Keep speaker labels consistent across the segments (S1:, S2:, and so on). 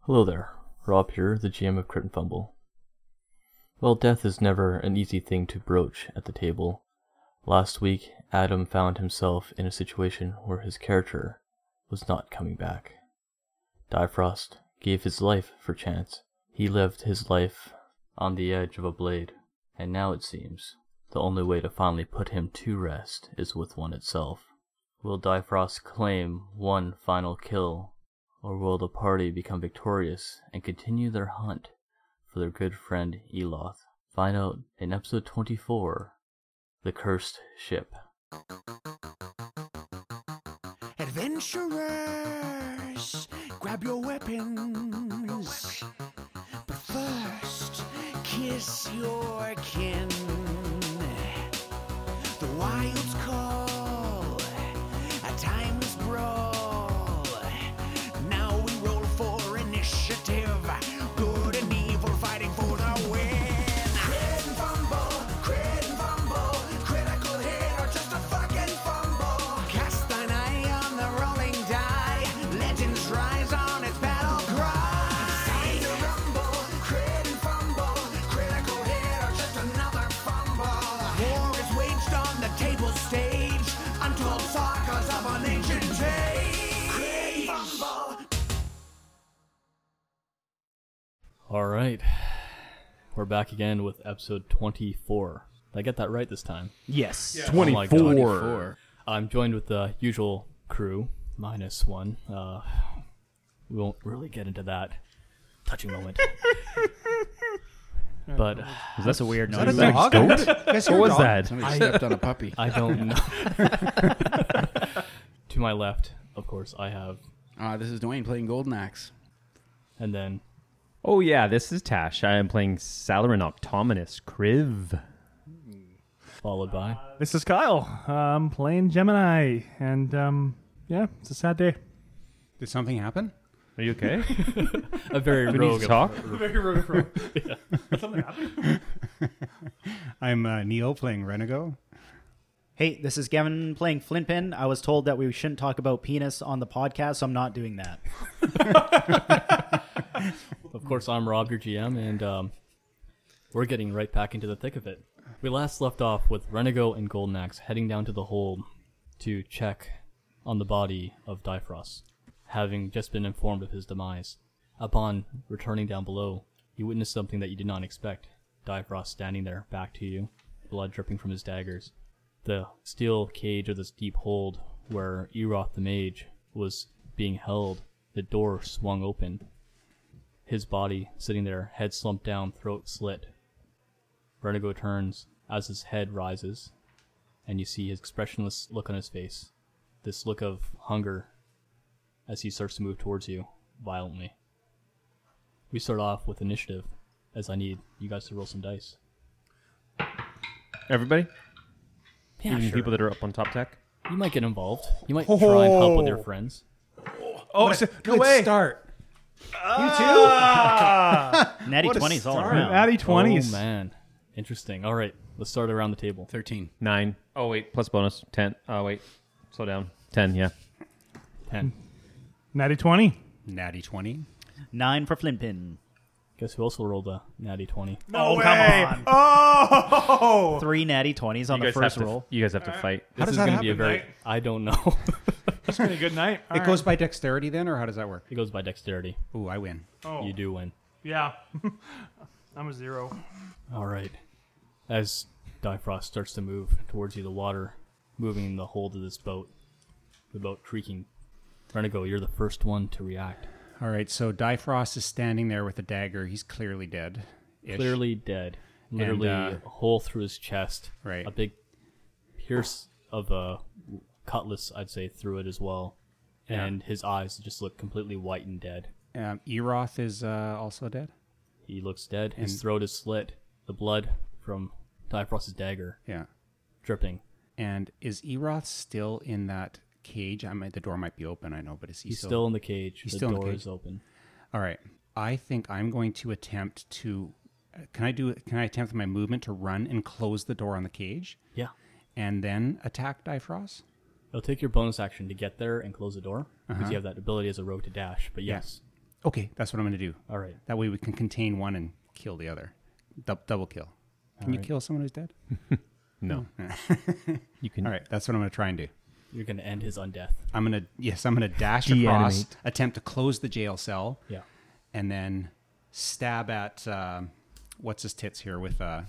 S1: Hello there, Rob here, the GM of Crit and Fumble. While death is never an easy thing to broach at the table, last week Adam found himself in a situation where his character was not coming back. Difrost gave his life for chance. He lived his life on the edge of a blade, and now it seems the only way to finally put him to rest is with one itself. Will Difrost claim one final kill or will the party become victorious and continue their hunt for their good friend Eloth? Find out in episode 24 The Cursed Ship.
S2: Adventurers, grab your weapons. But first, kiss your kin. The wild's call, a timeless brawl. Now we roll for initiative. Good and evil fighting for the win. Crit and fumble, crit and fumble. Critical hit or just a fucking fumble. Cast thine eye on the rolling die. Legends rise on its battle cry. Time to rumble, crit and fumble. Critical hit or just another fumble. War is waged on the table stage. Untold sagas of an ancient age. Crit and fumble.
S1: All right. We're back again with episode 24. Did I get that right this time?
S3: Yes.
S1: Oh my God.
S4: 24.
S1: I'm joined with the usual crew, minus one. Uh, we won't really get into that touching moment. but
S3: That's a weird noise.
S4: Is that a dog? What was that?
S5: Somebody stepped on a puppy.
S1: I don't know. to my left, of course, I have,
S5: Uh, this is Dwayne playing Golden Axe.
S1: and then
S4: Oh, yeah, this is Tash. I am playing Salarin Optominus Criv.
S1: followed by.
S6: This is Kyle. I'm playing Gemini, and um, yeah, it's a sad day.
S5: Did something happen?
S4: Are you okay?
S1: A very
S4: Can
S1: rogue.
S4: you talk?
S5: I'm uh, Neil playing Renego.
S3: Hey, this is Gavin playing Flintpin. I was told that we shouldn't talk about penis on the podcast, so I'm not doing that.
S1: Of course, I'm Rob, your GM, and um, we're getting right back into the thick of it. We last left off with Renego and Golden Axe heading down to the hold to check on the body of Difrost, having just been informed of his demise. Upon returning down below, you witness something that you did not expect. Difrost standing there, back to you, blood dripping from his daggers. The steel cage of this deep hold where Eroth the Mage was being held, the door swung open, his body sitting there, head slumped down, throat slit. Vertigo turns as his head rises, and you see his expressionless look on his face, this look of hunger as he starts to move towards you violently. We start off with initiative, as I need you guys to roll some dice.
S4: Everybody?
S1: Yeah,
S4: Even people that are up on top tech?
S1: you might get involved. You might try and help with your friends.
S6: Oh, no way!
S5: Start.
S3: Natty 20s all
S6: I'm
S3: around.
S6: at e twenties.
S1: Oh man, interesting. All right, let's start around the table.
S5: 13.
S4: Nine. Oh, wait, plus bonus. Ten. Oh, wait. Slow down. Ten, yeah.
S1: Ten.
S6: Natty twenty.
S5: Natty 20.
S3: Nine for Flintpin.
S1: Guess who else will roll the natty twenty?
S6: No
S3: Oh, come
S6: way!
S3: on.
S6: Oh!
S3: Three natty 20s on
S4: You
S3: the
S4: guys, have
S3: first
S4: to,
S3: roll.
S4: you guys have to fight.
S1: This
S5: does
S1: is
S5: that
S1: gonna be a
S5: happen,
S1: very.
S6: right?
S1: I don't know.
S6: It's been a good night.
S5: It goes by dexterity then, or how does that work?
S1: It goes by dexterity.
S5: Ooh, I win.
S6: Oh,
S1: You do win.
S6: yeah. I'm a zero.
S1: All right. As Difrost starts to move towards you, the water moving the hold of this boat, the boat creaking. Renego, you're the first one to react.
S5: All right, so Difrost is standing there with a dagger. He's clearly dead.
S1: Clearly dead. Literally
S5: uh,
S1: a hole through his chest.
S5: Right.
S1: A big pierce of a cutlass, I'd say, through it as well. And his eyes just look completely white and dead.
S5: Um, Eroth is uh, also dead.
S1: He looks dead. His throat is slit. The blood from Difrost's dagger
S5: Yeah.
S1: dripping.
S5: And is Eroth still in that cage? I mean, the door might be open, I know, but is he
S1: He's still, in the cage.
S5: he's
S1: the
S5: still in the
S1: door
S5: cage.
S1: is open.
S5: All right. I think I'm going to attempt to. uh, Can I do? Can I attempt with my movement to run and close the door on the cage,
S1: Yeah.
S5: and then attack Difrost? Uh-huh.
S1: It'll take your bonus action to get there and close the door because you have that ability as a rogue to dash. But yes,
S5: Okay, that's what I'm going to do.
S1: All right.
S5: That way we can contain one and kill the other. Dou- double kill. Can you kill someone who's dead?
S4: No. you can.
S5: All right, that's what I'm going to try and do.
S1: You're gonna end his undeath.
S5: I'm going to yes, I'm going to dash across,
S4: Deanimate.
S5: attempt to close the jail cell,
S1: Yeah.
S5: and then stab at um what's his tits here with uh,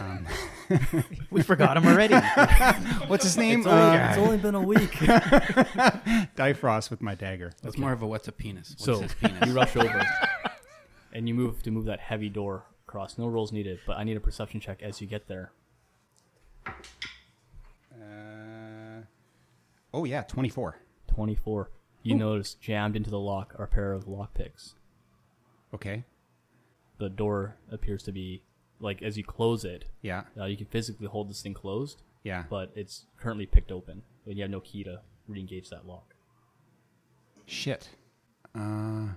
S5: um,
S3: We forgot him already.
S5: what's his name? Uh,
S1: It's only, it's only been a week.
S5: Difrost with my dagger.
S7: That's more of a what's a penis. What's
S1: so
S7: his
S1: you
S7: penis?
S1: rush over, and you move to move that heavy door across. No rolls needed, but I need a perception check as you get there.
S5: Uh, oh yeah, 24.
S1: 24. You notice jammed into the lock are a pair of lockpicks.
S5: Okay.
S1: The door appears to be like as you close it,
S5: Yeah.
S1: uh, you can physically hold this thing closed,
S5: Yeah.
S1: but it's currently picked open, and you have no key to re-engage that lock.
S5: Shit. Uh,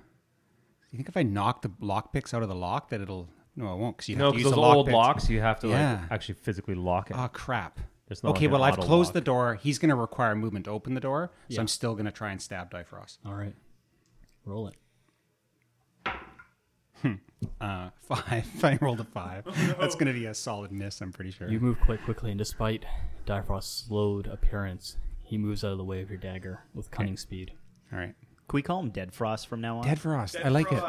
S5: you think if I knock the lockpicks out of the lock that it'll? No, it won't. Cause you
S4: No,
S5: have to
S4: because
S5: use
S4: those
S5: the
S4: old
S5: lockpicks.
S4: locks, you have to
S5: Yeah.
S4: like actually physically lock it.
S5: Oh crap.
S4: There's not
S5: Okay,
S4: like an
S5: well I've
S4: auto
S5: closed
S4: lock.
S5: the door. He's going to require movement to open the door, so I'm still going to try and stab Difrost.
S1: All right, roll it.
S5: Uh, five. I rolled a five. That's going to be a solid miss. I'm pretty sure.
S1: You move quite quickly, and despite Difrost's slowed appearance, he moves out of the way of your dagger with cunning speed.
S5: All right.
S3: Can we call him Dead Frost from now on?
S5: Dead Frost. I like it.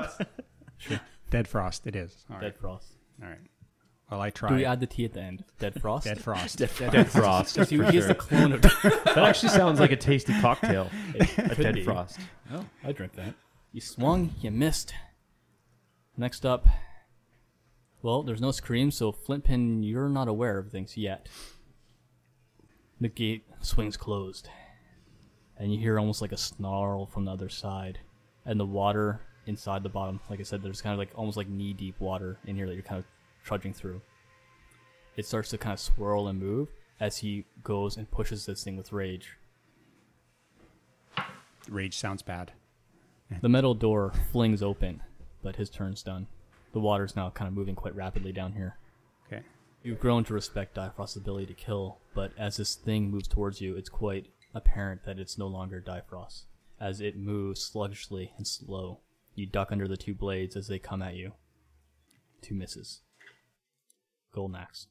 S5: Dead Frost. It is. All right.
S1: Dead frost.
S5: All right. Well, I
S1: Do we
S5: tried.
S1: add the T at the end? Dead frost.
S5: Dead Frost.
S4: Dead frost.
S1: Because he,
S4: for
S1: he is
S4: sure.
S1: the clone of.
S4: That actually sounds like a tasty cocktail. a
S1: could
S4: dead
S1: be.
S4: frost.
S1: I drink that. You swung, you missed. Next up, well, there's no scream, so Flintpin, you're not aware of things yet. The gate swings closed, and you hear almost like a snarl from the other side, and the water inside the bottom. Like I said, there's kind of like almost like knee deep water in here that you're kind of trudging through. It starts to kind of swirl and move as he goes and pushes this thing with rage.
S5: Rage sounds bad.
S1: The metal door flings open, but his turn's done. The water's now kind of moving quite rapidly down here.
S5: Okay.
S1: You've grown to respect Difrost's ability to kill, but as this thing moves towards you, it's quite apparent that it's no longer Difrost. As it moves sluggishly and slow, you duck under the two blades as they come at you. Two misses. Golden axe.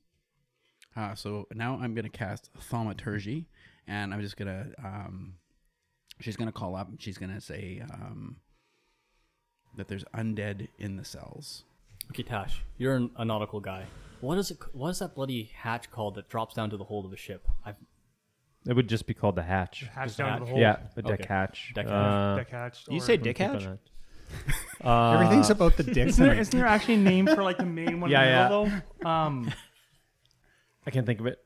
S7: Uh, so now I'm gonna cast Thaumaturgy, and I'm just gonna. Um, she's gonna call up and she's gonna say um, that there's undead in the cells.
S1: Okay, Tash, you're an, a nautical guy. What is it? What is that bloody hatch called that drops down to the hold of a ship? I've
S4: It would just be called the hatch.
S6: Hatch down to the
S1: hatch.
S6: hole.
S4: Yeah, a deck
S1: Okay.
S4: hatch.
S1: Deck hatch.
S4: Uh,
S6: Deck hatch.
S5: You
S6: or-
S5: say dick hatch?
S4: Uh,
S5: Everything's about the dick.
S6: Isn't there, isn't there actually a name for like the main one?
S4: Yeah,
S6: in the middle, Though? Um,
S4: I can't think of it.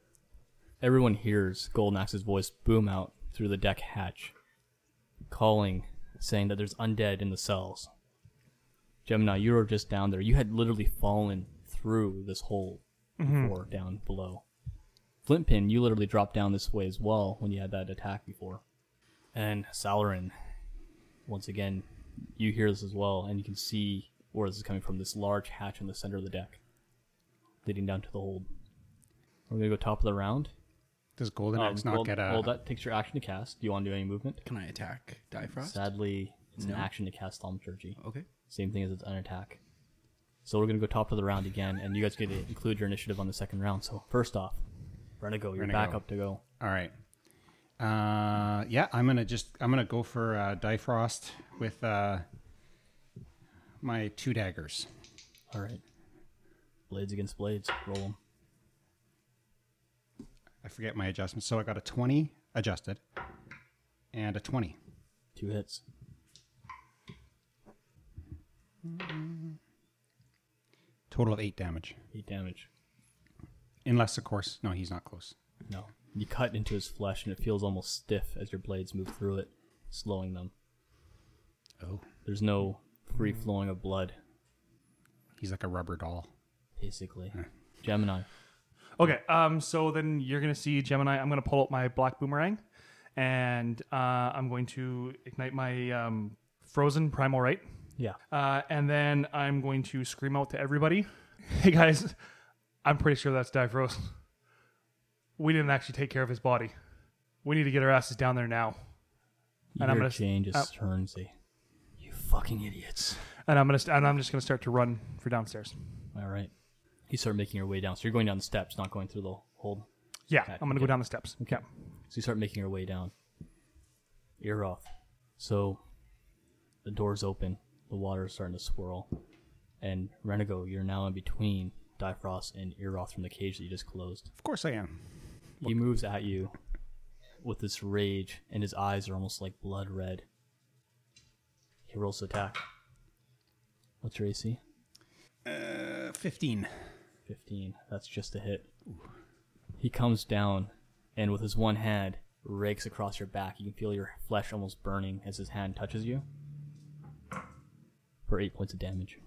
S1: Everyone hears Golden Axe's voice boom out through the deck hatch, calling, saying that there's undead in the cells. Gemini, you were just down there. You had literally fallen through this hole before down below. Flintpin, you literally dropped down this way as well when you had that attack before. And Salarin, once again, you hear this as well, and you can see where this is coming from this large hatch in the center of the deck, leading down to the hold. We're going to go top of the round.
S5: Does Golden
S1: Um,
S5: Axe not
S1: well,
S5: get a?
S7: uh,
S1: well, that takes your action to cast. Do you want to do any movement?
S7: Can I attack Difrost?
S1: Sadly, it's
S7: No.
S1: an action to cast Thaumaturgy.
S7: Okay.
S1: Same thing as it's an attack. So we're going to go top of the round again, and you guys get to include your initiative on the second round. So first off, Renego, you're back
S5: Renego.
S1: up to go.
S5: All right. Uh, yeah, I'm gonna just I'm gonna go for uh, Difrost with uh, my two daggers.
S1: All right. Blades against blades. Roll them.
S5: I forget my adjustments, so I got a 20 adjusted and a 20.
S1: Two hits.
S5: Total of eight damage.
S1: Eight damage.
S5: Unless, of course, no, he's not close.
S1: No. You cut into his flesh, and it feels almost stiff as your blades move through it, slowing them.
S5: Oh,
S1: There's no free flowing of blood,
S5: he's like a rubber doll.
S1: basically.
S7: Hmm.
S1: Gemini.
S6: okay. Um, so then you're gonna see Gemini. I'm gonna pull up my black boomerang, and uh, I'm going to ignite my um, frozen primal right.
S1: Yeah.
S6: Uh, and then I'm going to scream out to everybody, "Hey guys, I'm pretty sure that's Difrost. We didn't actually take care of his body. We need to get our asses down there now."
S1: Your
S6: And I'm gonna s-
S1: Jane just
S6: uh,
S1: turns a. You fucking idiots.
S6: and I'm gonna st- and I'm just gonna start to run for downstairs.
S1: All right. You start making your way down. So you're going down the steps, not going through the hold.
S6: Yeah,
S1: Okay,
S6: I'm gonna go
S1: okay.
S6: down the steps. Yeah.
S1: So you start making your way down. You're off. So the door's open. The water's starting to swirl. And Renigo, you're now in between Difrost and Eroth from the cage that you just closed.
S5: Of course I am.
S1: He moves at you with this rage, and his eyes are almost like blood red. He rolls to attack. What's your AC?
S5: Uh, 15.
S1: 15. That's just a hit. He comes down and with his one hand rakes across your back. You can feel your flesh almost burning as his hand touches you for 8 points of damage.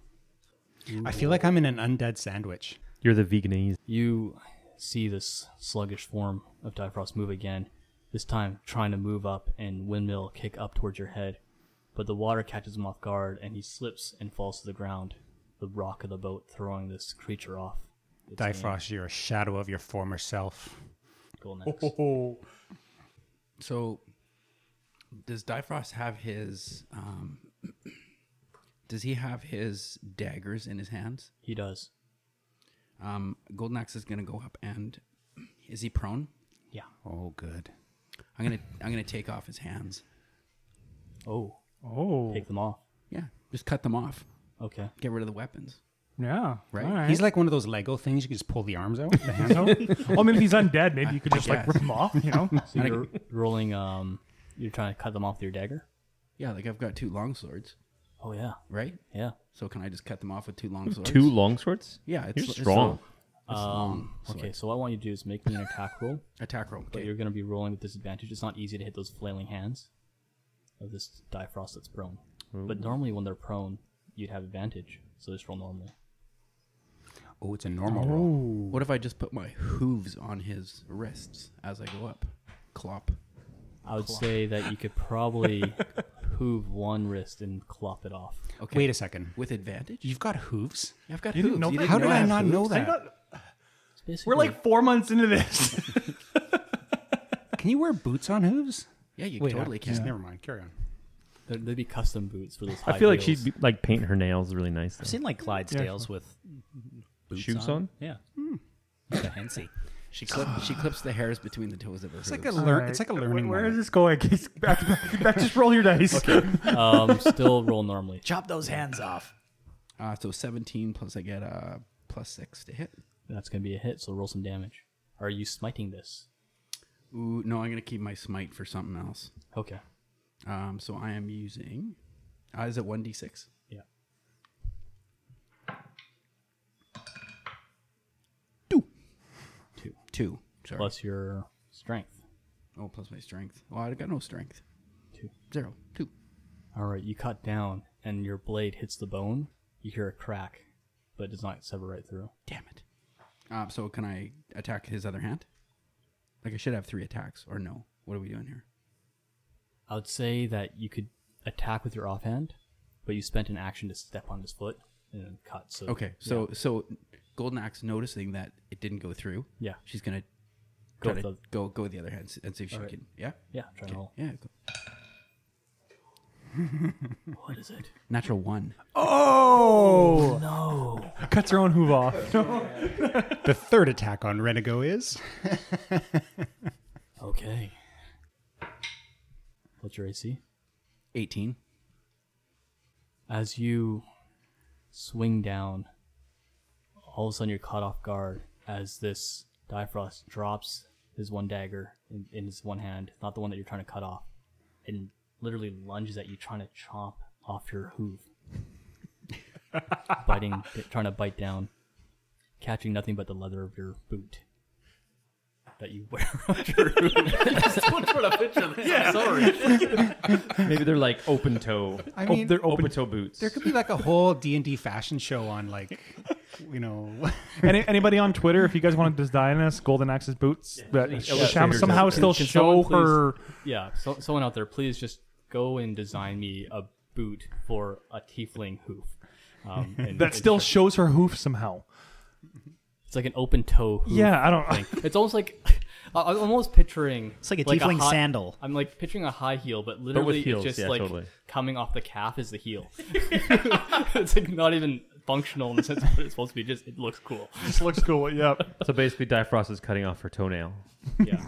S5: I feel like I'm in an undead sandwich.
S4: You're the veganese.
S1: You see this sluggish form of Difrost move again, this time trying to move up and windmill kick up towards your head. But the water catches him off guard and he slips and falls to the ground, the rock of the boat throwing this creature off. its name.
S5: Difrost, you're a shadow of your former self.
S1: Go next.
S6: Oh,
S7: So, does Difrost have his? Um, does he have his daggers in his hands?
S1: He does.
S7: Um, Golden Axe is gonna go up and is he prone?
S1: Yeah.
S5: Oh, good.
S7: I'm gonna I'm gonna take off his hands.
S1: Oh.
S6: oh,
S1: Take them off.
S7: Yeah, just cut them off.
S1: Okay.
S7: Get rid of the weapons.
S6: yeah,
S7: Right.
S6: All right.
S5: He's like one of those Lego things. You can just pull the arms out, the hands out.
S6: well, I mean, if he's undead, maybe you could just like
S7: guess.
S6: rip him off. You know?
S1: So you're rolling. Um, you're trying to cut them off with your dagger.
S7: Yeah, like I've got two long swords,
S1: Oh yeah,
S7: right?
S1: yeah.
S7: So can I just cut them off with two long swords?
S4: Two long swords?
S7: Yeah, it's
S4: You're
S7: l- it's
S4: strong.
S7: long. It's long.
S1: Um, Okay,
S7: sword.
S1: so what I want you to do is make me an attack roll,
S7: Attack roll.
S1: but
S7: Okay.
S1: you're going to be rolling with disadvantage. It's not easy to hit those flailing hands of this Difrost that's prone. But normally, when they're prone, you'd have advantage. So just roll normally.
S5: Oh, it's a normal roll.
S7: What if I just put my hooves on his wrists as I go up? Clop.
S1: I would say that you could probably hoof one wrist and clop it off.
S7: Okay.
S5: Wait a second.
S7: With advantage?
S5: You've got hooves?
S7: I've got
S6: You
S7: hooves.
S6: didn't know
S7: You
S6: that?
S7: didn't
S5: How did
S7: know
S5: I
S7: had
S5: not
S7: hooves?
S5: know
S6: I
S5: that?
S6: got-
S1: It's basically,
S6: we're like four months into this.
S5: Can you wear boots on hooves?
S7: Yeah, you
S5: Wait, uh,
S7: totally
S5: just
S7: can.
S5: Never mind. Carry on.
S1: they'd they'd be custom boots for those. High
S4: I feel like
S1: heels.
S4: she'd be, like paint her nails really nice.
S3: I've seen like Clydesdales with
S4: though. Shoes on?
S3: yeah, Like a Hensy.
S7: She, clip, she clips the hairs between the toes of her
S5: It's like a,
S7: hooves.
S5: learn, it's like a learning
S6: Where
S5: moment.
S6: is this going? Back, back, back, just roll your dice.
S1: um, still roll normally.
S3: Chop those hands off.
S7: uh, so 17 plus I get uh, plus 6 to hit.
S1: That's going to be a hit. So roll some damage. Are you smiting this?
S7: Ooh, no, I'm going to keep my smite for something else.
S1: Okay.
S7: Um, so I am using. Uh, is it 1d6?
S1: Yeah.
S7: Two. Two. Sorry.
S1: plus your strength.
S7: Oh, plus my strength. Well, I've got no strength.
S1: Two.
S7: Zero. Two.
S1: All right, you cut down, and your blade hits the bone. You hear a crack, but it does not sever right through.
S7: Damn it. Uh, so can I attack his other hand? Like I should have three attacks, or no? What are we doing here?
S1: I would say that you could attack with your offhand, but you spent an action to step on his foot and then cut. So
S7: Okay, so so Golden Axe noticing that it didn't go through.
S1: Yeah.
S7: She's gonna
S1: Go
S7: go
S1: with
S7: try to
S1: the-
S7: go go with the other hand s- and see if she
S1: Alright.
S7: can. Yeah.
S1: yeah, try and roll.
S7: Yeah. Go.
S1: What is it?
S7: Natural one.
S5: Oh!
S1: No,
S6: Cuts her own hoof off.
S5: the third attack on Renigo is
S1: okay. What's your AC?
S7: Eighteen.
S1: as you swing down, all of a sudden you're caught off guard as this Difrost drops his one dagger in, in his one hand, not the one that you're trying to cut off, and literally lunges at you, trying to chomp off your hoof, biting, trying to bite down, catching nothing but the leather of your boot that you wear.
S4: Maybe they're like open toe.
S5: I
S4: Op-
S5: mean-
S4: they're open toe boots.
S5: there could be like a whole D&D fashion show on like you know
S6: Any, anybody on Twitter, if you guys want to design us Golden Axe's boots, but some- somehow still
S1: Can
S6: show
S1: someone please-
S6: her.
S1: Yeah, so, someone out there, please just go and design me a boot for a tiefling hoof. Um, and,
S6: That still shows her hoof somehow.
S1: it's like an open toe. Hoof.
S6: Yeah, I don't.
S1: it's almost like I- I'm almost picturing
S3: It's like a tiefling
S1: high-
S3: sandal.
S1: I'm like picturing a high heel, but literally
S4: heels,
S1: it's just
S4: yeah,
S1: like
S4: totally.
S1: coming off the calf is the heel. it's like not even functional in the sense of what it's supposed to be. Just it looks cool.
S6: This looks cool. Yep.
S4: So basically, Difrost is cutting off her toenail.
S1: Yeah.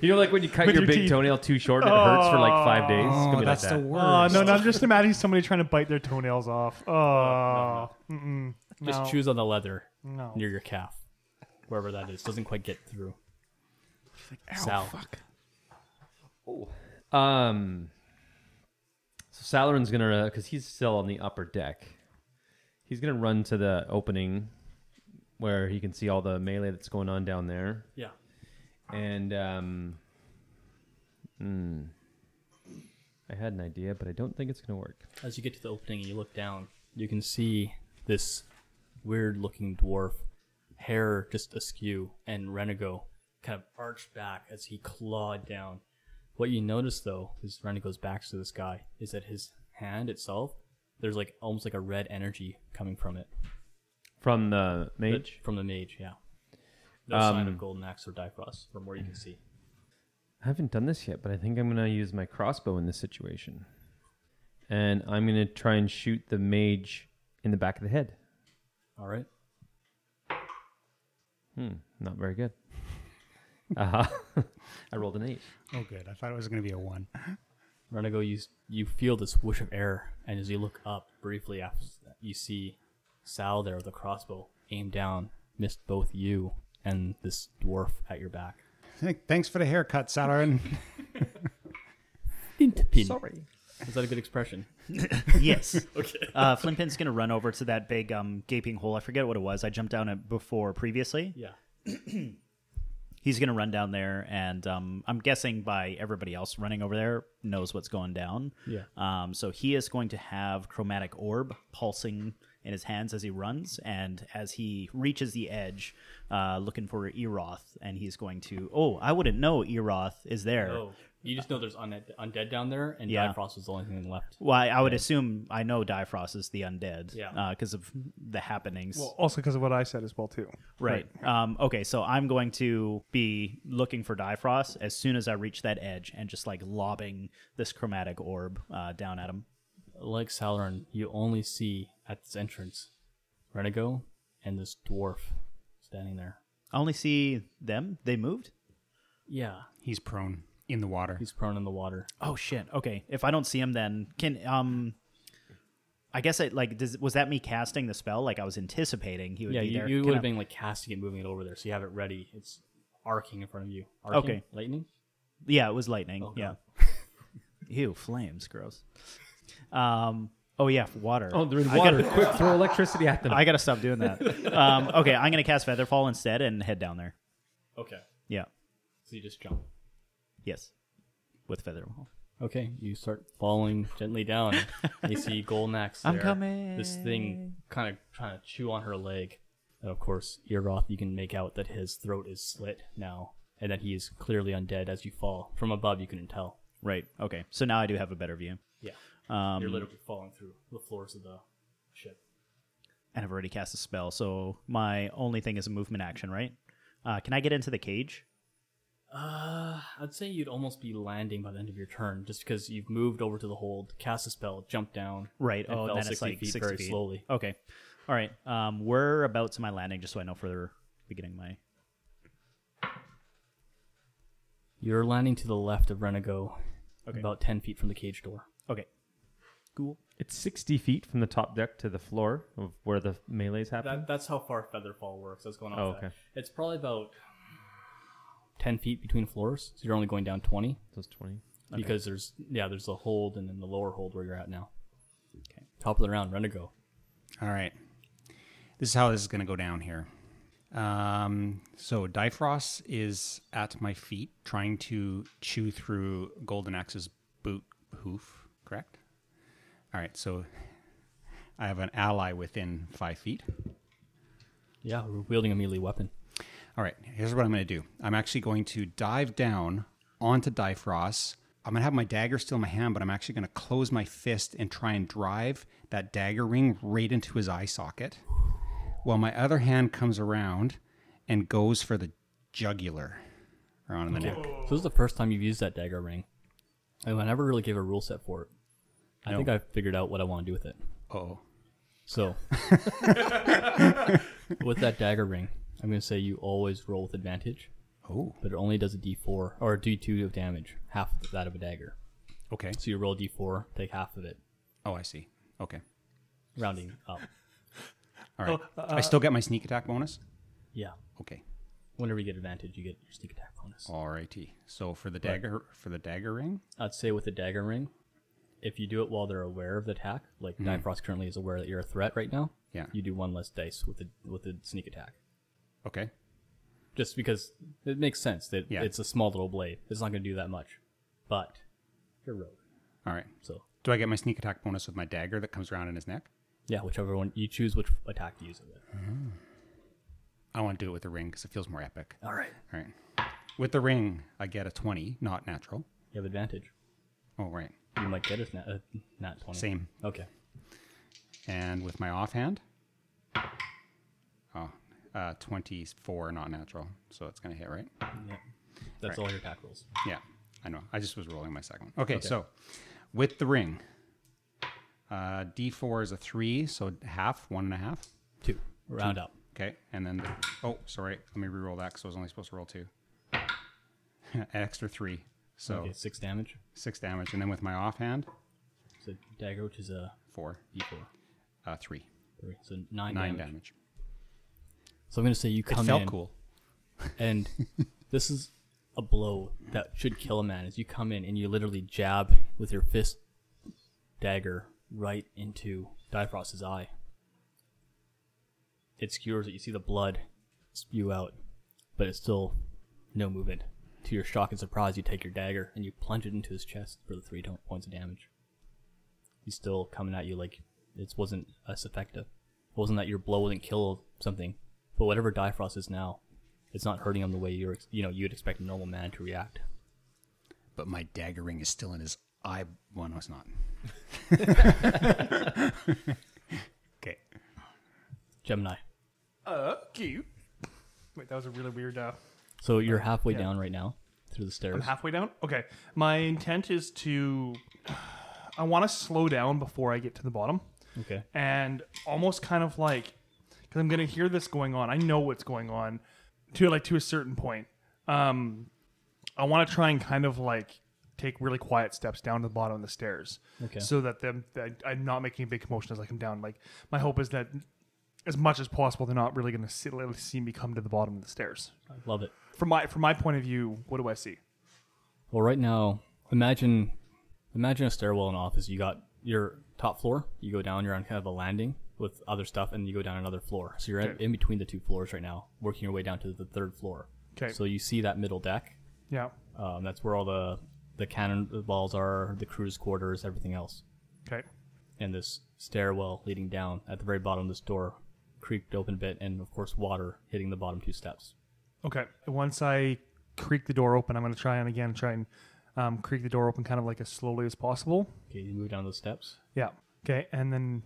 S4: You know, like when you cut
S6: With
S4: your,
S6: your
S4: big
S6: teeth.
S4: toenail too short and it hurts for like five days. It's gonna
S5: Oh,
S4: be
S5: that's
S4: like
S5: the
S4: that.
S5: worst.
S6: Oh no, no! I'm just imagining somebody trying to bite their toenails off. Oh, mm-mm.
S1: Just
S6: No.
S1: choose on the leather
S6: No.
S1: near your calf, wherever that is. Doesn't quite get through. Sal,
S7: Fuck.
S4: Um, so Salarin's gonna because he's still on the upper deck. He's gonna run to the opening where he can see all the melee that's going on down there,
S1: yeah.
S4: and um, hmm. I had an idea, but I don't think it's gonna work.
S1: As you get to the opening and you look down, you can see this weird-looking dwarf, hair just askew, and Renigo kind of arched back as he clawed down. What you notice though is Renigo's back to this guy is that his hand itself, there's like almost like a red energy coming from it,
S4: From the mage,
S1: from the mage. Yeah, no sign
S4: Um,
S1: of golden axe or Difrost from where you can see.
S4: I haven't done this yet, but I think I'm gonna use my crossbow in this situation, and I'm gonna try and shoot the mage in the back of the head.
S1: All right.
S4: Hmm, not very good. Uh-huh. I rolled an eight.
S5: Oh, good. I thought it was going to be a one.
S1: Renego, you you feel this whoosh of air, and as you look up briefly after that, you see Sal there with a crossbow aimed down, missed both you and this dwarf at your back.
S5: Thank- Thanks for the haircut, Salarin.
S1: Sorry. Is that a good expression?
S3: Yes. okay. Uh, Flintpin's gonna run over to that big um, gaping hole. I forget what it was. I jumped down it before previously.
S1: Yeah.
S3: He's gonna run down there, and um, I'm guessing by everybody else running over there knows what's going down.
S1: Yeah.
S3: Um, so he is going to have chromatic orb pulsing in his hands as he runs, and as he reaches the edge, uh, looking for Eroth, and he's going to. Oh, I wouldn't know Eroth is there.
S1: Oh, you just know there's undead, undead down there, and
S3: Yeah.
S1: Difrost was the only thing left.
S3: Well, I, I would assume I know Difrost is the undead,
S1: Yeah.
S3: because of the happenings.
S6: Well, also because of what I said as well too.
S3: Right. Um, okay, so I'm going to be looking for Difrost as soon as I reach that edge and just like lobbing this chromatic orb uh, down at him.
S1: Like Salarin, you only see at this entrance Renego and this dwarf standing there.
S3: I only see them. They moved?
S1: Yeah.
S5: He's prone in the water.
S1: He's prone in the water.
S3: Oh shit. Okay. If I don't see him then can um I guess it like does, was that me casting the spell like I was anticipating he would
S1: yeah,
S3: be
S1: you,
S3: there.
S1: you
S3: Can
S1: would
S3: I-
S1: have been like casting it, moving it over there, so you have it ready. It's arcing in front of you. Arcing?
S3: Okay.
S1: lightning.
S3: Yeah, it was lightning.
S1: Oh,
S3: yeah.
S1: God.
S3: Ew, flames, gross. Um oh yeah, water.
S4: they're in
S3: I gotta- water.
S4: Quick, throw electricity at them.
S3: I got to stop doing that. um okay, I'm going to cast Featherfall instead and head down there.
S1: Okay,
S3: Yeah.
S1: so you just jump.
S3: Yes. With feather wall.
S1: Okay, you start falling gently down. you see Golden Axe.
S3: I'm
S1: there.
S3: coming.
S1: This thing kind of trying to chew on her leg, and of course, Earoth, you can make out that his throat is slit now, and that he is clearly undead. As you fall from above, you can tell.
S3: Right. Okay. So now I do have a better view.
S1: Yeah,
S3: Um,
S1: you're literally falling through the floors of the ship.
S3: and I've already cast a spell, so my only thing is a movement action, right? Uh, can I get into the cage?
S1: Uh, I'd say you'd almost be landing by the end of your turn, just because you've moved over to the hold, cast a spell, jumped down,
S3: Right.
S1: and
S3: oh,
S1: fell
S3: then
S1: 60
S3: it's like
S1: feet
S3: 60
S1: very
S3: feet.
S1: slowly.
S3: Okay. All right. Um, whereabouts am I landing? Just so I know for the beginning my.
S1: You're landing to the left of Renego,
S3: Okay.
S1: about ten feet from the cage door.
S3: Okay. Cool.
S4: it's 60 feet from the top deck to the floor of where the melee's happen.
S1: That, that's how far Featherfall works. That's going off.
S4: Oh,
S1: that.
S4: okay.
S1: It's probably about ten feet between floors, so you're only going down twenty
S4: Those 20.
S1: because there's yeah, there's the hold and then the lower hold where you're at now.
S3: Okay.
S1: Top of the round, Renego.
S5: All right. This is how this is going to go down here. Um, so Difrost is at my feet trying to chew through Golden Axe's boot hoof, correct? All right. So I have an ally within five feet.
S1: Yeah, we're wielding a melee weapon.
S5: All right, here's what I'm going to do. I'm actually going to dive down onto Difrost. I'm going to have my dagger still in my hand, but I'm actually going to close my fist and try and drive that dagger ring right into his eye socket. While my other hand comes around and goes for the jugular around in the neck.
S1: So this is the first time you've used that dagger ring. And I never really gave a rule set for it. I
S5: No.
S1: think I figured out what I want to do with it.
S5: Oh,
S1: So, with that dagger ring, I'm going to say you always roll with advantage,
S5: oh,
S1: but it only does a d4 or a d2 of damage, half of that of a dagger.
S5: okay.
S1: So you roll a d4, take half of it,
S5: Oh, I see. Okay,
S1: rounding up.
S5: all right. I still get my sneak attack bonus.
S1: Yeah.
S5: Okay,
S1: Whenever you get advantage, you get your sneak attack bonus.
S5: alrighty. So for the dagger, for the dagger ring,
S1: I'd say with the dagger ring, if you do it while they're aware of the attack, like Difrost currently is aware that you're a threat right now,
S5: Yeah.
S1: you do one less dice with the with the sneak attack.
S5: okay.
S1: Just because it makes sense that
S5: Yeah.
S1: it's a small little blade. It's not going to do that much. But you're rogue.
S5: All right.
S1: So,
S5: Do I get my sneak attack bonus with my dagger that comes around in his neck?
S1: yeah, whichever one you choose which attack to use it with.
S5: I want to do it with the ring because it feels more epic.
S1: All right.
S5: All right. With the ring, I get a 20, not natural.
S1: You have advantage.
S5: Oh, right.
S1: You might get it nat, uh, nat 20.
S5: Same.
S1: Okay.
S5: And with my offhand, oh, uh, 24, not natural. So it's going to hit, right?
S1: Yeah. That's all your attack rolls.
S5: Yeah, I know. I just was rolling my second one. Okay, so with the ring, uh, D4 is a three, so half, one and a half.
S1: Two. Round up.
S5: Okay, and then, the, oh, sorry. Let me re-roll that because I was only supposed to roll two. An extra three. So
S1: Okay, six damage.
S5: six damage. And then with my offhand,
S1: So, dagger, which is a
S5: four,
S1: d4.
S5: uh, three,
S1: Three. So, nine,
S5: nine
S1: damage.
S5: damage.
S1: So I'm gonna say you come
S5: it felt
S1: in,
S5: cool.
S1: and this is a blow that should kill a man. Is you come in and you literally jab with your fist dagger right into Difrost's eye. It skewers it. You see the blood spew out, but it's still no movement. To your shock and surprise, you take your dagger and you plunge it into his chest for the three to- points of damage. He's still coming at you like it wasn't as effective. It wasn't that your blow wouldn't kill something, but whatever Difrost is now, it's not hurting him the way you're you know you'd expect a normal man to react.
S5: But my dagger ring is still in his eye. Well, no, it's not. okay.
S1: Gemini.
S6: Uh, cute. Wait, that was a really weird. Uh,
S1: So you're halfway
S6: Yeah.
S1: down right now through the stairs.
S6: I'm halfway down. Okay, my intent is to. I want to slow down before I get to the bottom,
S1: okay.
S6: and almost kind of like, because I'm gonna hear this going on. I know what's going on, to like to a certain point. Um, I want to try and kind of like take really quiet steps down to the bottom of the stairs,
S1: Okay.
S6: so that them that I'm not making a big commotion as I come down. Like my hope is that. As much as possible, they're not really going to see, see me come to the bottom of the stairs.
S1: Love it.
S6: From my from my point of view, what do I see?
S1: Well, right now, imagine imagine a stairwell in an office. You got your top floor. You go down. You're on kind of a landing with other stuff, and you go down another floor. So you're in,
S6: Okay.
S1: in between the two floors right now, working your way down to the third floor.
S6: Okay.
S1: So you see that middle deck.
S6: Yeah.
S1: Um, that's where all the the cannonballs are, the crew's quarters, everything else.
S6: Okay.
S1: and this stairwell leading down at the very bottom this door creaked open a bit and of course water hitting the bottom two steps
S6: Okay. Once I creak the door open, I'm going to try and again try and um, creak the door open kind of like as slowly as possible.
S1: okay you move down those steps
S6: Yeah. Okay. And then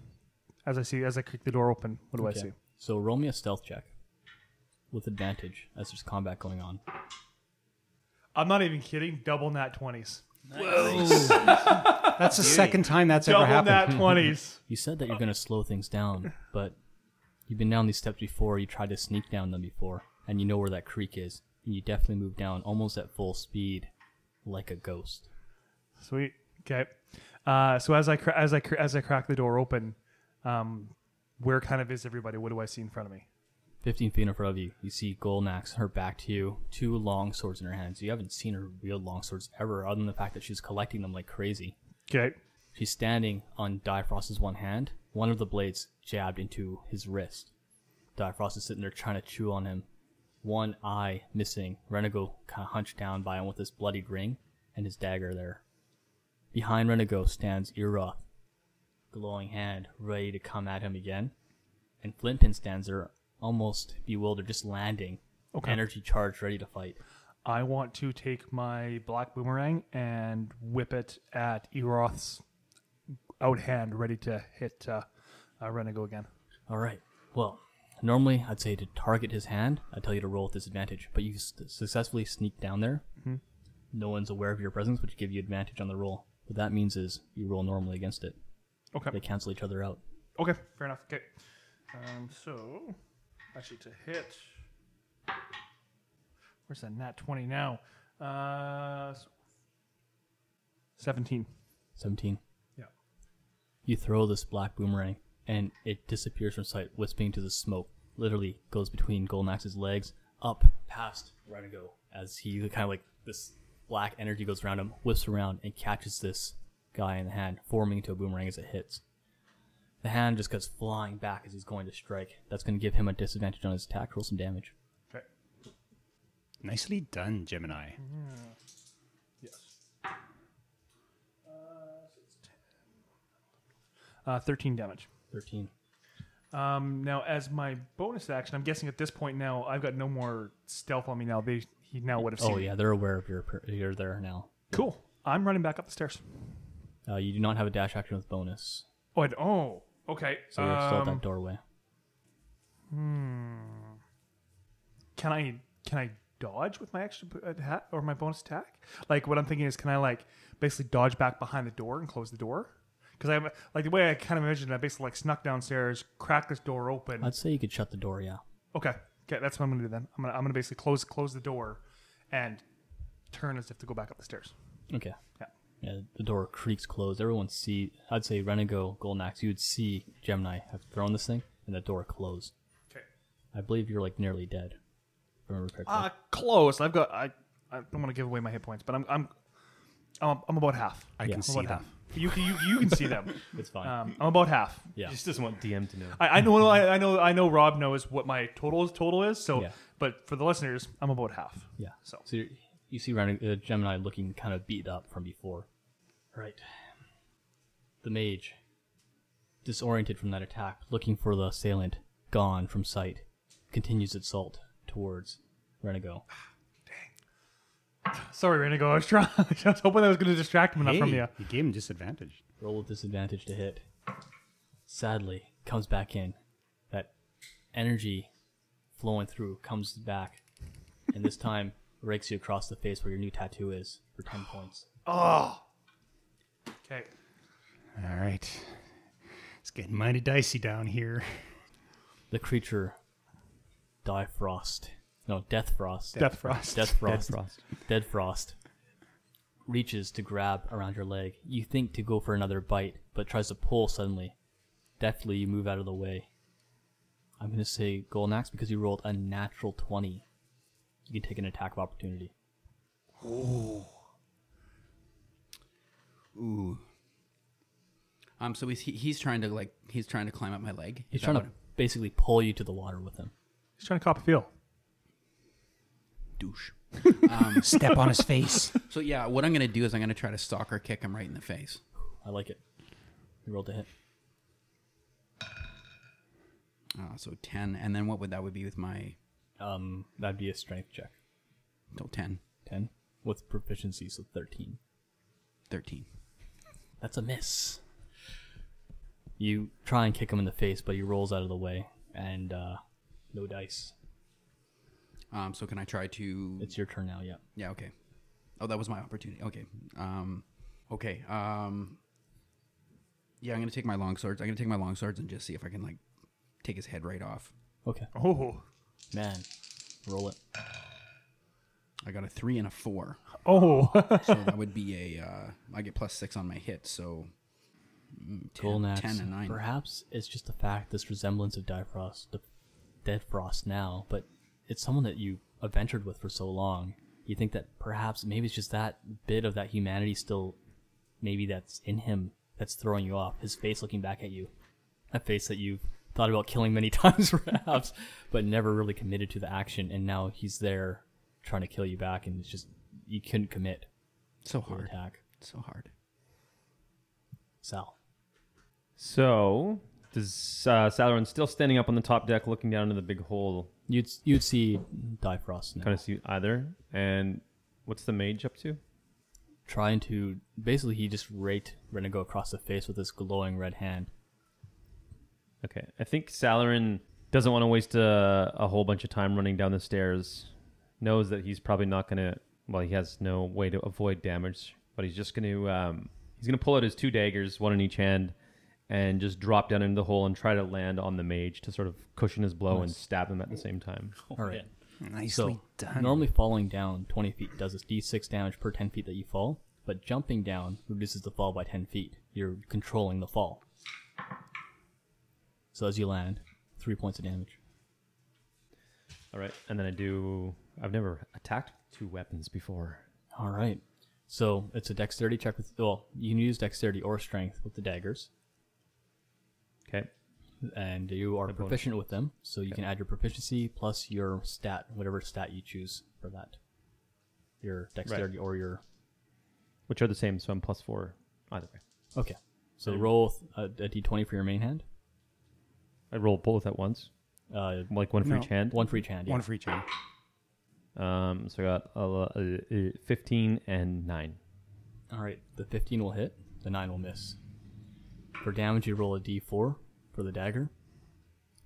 S6: as I see, as I creak the door open, what do I see?
S1: so roll me a stealth check with advantage as there's combat going on
S6: I'm not even kidding. Double nat 20s.
S5: That's the second time that's
S6: Double
S5: ever happened.
S6: nat 20s.
S1: you said that you're going to slow things down but you've been down these steps before you tried to sneak down them before and you know where that creek is and you definitely move down almost at full speed like a ghost
S6: Sweet. Okay. Uh, so as I cra- as I cra- as I crack the door open, um, where kind of is everybody? What do I see in front of me?
S1: 15 feet in front of you, you see Golnax, her back to you, two long swords in her hands. You haven't seen her wield long swords ever, other than the fact that she's collecting them like crazy.
S6: Okay.
S1: She's standing on Diafrost's one hand, one of the blades jabbed into his wrist. Diafrost is sitting there trying to chew on him, one eye missing. Renego kind of hunched down by him with his bloodied ring and his dagger there. Behind Renego stands Eroth, glowing hand, ready to come at him again. And Flinton stands there, almost bewildered, just landing,
S6: Okay.
S1: energy charged, ready to fight.
S6: I want to take my black boomerang and whip it at Eroth's out hand, ready to hit uh, uh, Renego again.
S1: All right. Well, Normally, I'd say to target his hand, I'd tell you to roll with disadvantage, but you s- successfully sneak down there. No one's aware of your presence, which give you advantage on the roll. What that means is you roll normally against it.
S6: Okay.
S1: They cancel each other out.
S6: Okay, fair enough. Okay. Um, so, actually, to hit. Where's that nat 20 now? Uh, s- 17.
S1: 17.
S6: Yeah.
S1: You throw this black boomerang, and it disappears from sight, wisping to the smoke. Literally goes between Golnax's legs, up past Renigo, as he kind of like this black energy goes around him, whips around, and catches this guy in the hand, forming into a boomerang as it hits. The hand just goes flying back as he's going to strike. That's going to give him a disadvantage on his attack. Roll some damage.
S6: Okay.
S5: Nicely done, Gemini.
S6: Yes. Uh, 13 damage.
S1: 13.
S6: Um, now, as my bonus action, I'm guessing at this point now I've got no more stealth on me. Now they he now would have seen.
S1: Oh,
S6: me.
S1: yeah, they're aware of your. per- You're there now.
S6: Cool. I'm running back up the stairs.
S1: Uh, you do not have a dash action with bonus,
S6: Oh, I'd, oh, okay.
S1: so you're still at
S6: Um,
S1: that doorway.
S6: can I can I dodge with my extra b- attack or my bonus attack? Like what I'm thinking is, can I like basically dodge back behind the door and close the door? Because I like the way I kind of envisioned, it, I basically like snuck downstairs, cracked this door open.
S1: I'd say you could shut the door, yeah.
S6: okay, okay, that's what I'm gonna do then. I'm gonna I'm gonna basically close close the door, and turn as if to go back up the stairs.
S1: Okay.
S6: Yeah.
S1: Yeah, the door creaks closed. Everyone see. I'd say Renego, Golnax. You would see Gemini have thrown this thing, and the door closed.
S6: Okay.
S1: I believe you're like nearly dead. If I remember correctly.
S6: Uh, close. I've got. I. I don't want to give away my hit points, but I'm. I'm. I'm, I'm about half.
S5: I
S1: Yeah.
S5: can
S6: I'm
S5: see
S6: about
S5: that.
S6: half. You, can- you, you can see them.
S1: it's fine.
S6: Um, I'm about half.
S1: yeah.
S4: just doesn't want DM to know.
S6: I, I know. I, I know. I know. Rob knows what my total is. Total is. So,
S1: Yeah.
S6: but for the listeners, I'm about half.
S1: yeah.
S6: so-
S1: so you're, you see Renego, uh, Gemini looking kind of beat up from before. Right. The mage, disoriented from that attack, looking for the assailant, gone from sight, continues its assault towards Renego.
S6: Sorry, Renego. I was trying. I was hoping that was going to distract him enough
S5: Hey,
S6: from uh, you.
S5: you gave him disadvantage.
S1: Roll with disadvantage to hit. Sadly, comes back in. That energy flowing through comes back, and this time rakes you across the face where your new tattoo is for 10 points.
S6: Okay.
S5: All right. It's getting mighty dicey down here.
S1: The creature, Die Frost. No, Death Frost.
S6: Death frost.
S1: Death Frost.
S4: Frost.
S1: Dead Frost. Reaches to grab around your leg. You think to go for another bite, but tries to pull suddenly. Deftly, you move out of the way. I'm going to say Golnax because you rolled a natural 20. You can take an attack of opportunity.
S7: Ooh. Um. So he's he, he's trying to like he's trying to climb up my leg.
S1: He's
S7: Is that
S1: trying to
S7: what-
S1: basically pull you to the water with him.
S6: He's trying to cop a feel.
S7: douche.
S5: Step on his face.
S7: Um, So yeah, what I'm gonna do is I'm gonna try to stalker kick him right in the face.
S1: I like it. You rolled a hit.
S7: Uh, so ten, and then what would that would be with my
S1: Um, that'd be a strength check.
S7: no 10,
S1: 10 with proficiency, so 13.
S7: 13.
S1: That's a miss. You try and kick him in the face, but he rolls out of the way, and uh, no dice.
S7: Um. So can I try to?
S1: It's your turn now. Yeah.
S7: Yeah. Okay. Oh, that was my opportunity. Okay. Um. Okay. Um. Yeah, I'm gonna take my long swords. I'm gonna take my long swords and just see if I can like take his head right off.
S1: Okay.
S6: Oh.
S1: Man, roll it.
S7: I got a three and a four.
S6: Oh.
S7: so that would be a uh, I get plus six on my hit, so mm,
S1: Golnax.
S7: 10 and nine.
S1: Perhaps it's just the fact this resemblance of Difrost, the Dead Frost now, but it's someone that you adventured with for so long. You think that perhaps maybe it's just that bit of that humanity still, maybe that's in him that's throwing you off. His face looking back at you, a face that you've thought about killing many times, perhaps, but never really committed to the action, and now he's there trying to kill you back, and it's just you couldn't commit
S7: so
S1: to the
S7: hard,
S1: attack.
S7: so hard.
S1: Sal,
S4: So, does uh, Salaron's still standing up on the top deck, looking down into the big hole?
S1: you'd you'd see Difrost now.
S4: Kind of see either. And what's the mage up to?
S1: trying to basically he just raked Renego across the face with his glowing red hand.
S4: Okay, I think Salarin doesn't want to waste a, a whole bunch of time running down the stairs. Knows that he's probably not gonna. Well, he has no way to avoid damage, but he's just gonna. Um, he's gonna pull out his two daggers, one in each hand, and just drop down into the hole and try to land on the mage to sort of cushion his blow and stab him at the same time.
S1: All right.
S5: Nicely
S1: So
S5: done.
S1: normally falling down 20 feet does this d6 damage per 10 feet that you fall, but jumping down reduces the fall by 10 feet. You're controlling the fall. So as you land, three points of damage.
S4: All right, and then I do. I've never attacked two weapons before.
S1: All right. So it's a dexterity check with. Well, you can use dexterity or strength with the daggers,
S4: Okay.
S1: and you are
S4: bonus.
S1: proficient with them. So you can add your proficiency plus your stat, whatever stat you choose for that. Your dexterity or your
S4: which are the same. So I'm plus four either way.
S1: okay. So roll th- uh, a, a d20 for your main hand.
S4: I roll both at once,
S1: Uh,
S4: like one for
S5: No.
S4: each hand.
S1: one for each hand. Yeah.
S5: One for each hand.
S4: Um, so I got uh, uh, uh, fifteen and nine.
S1: All right, the 15 will hit, the 9 will miss. For damage, you roll a d4 for the dagger,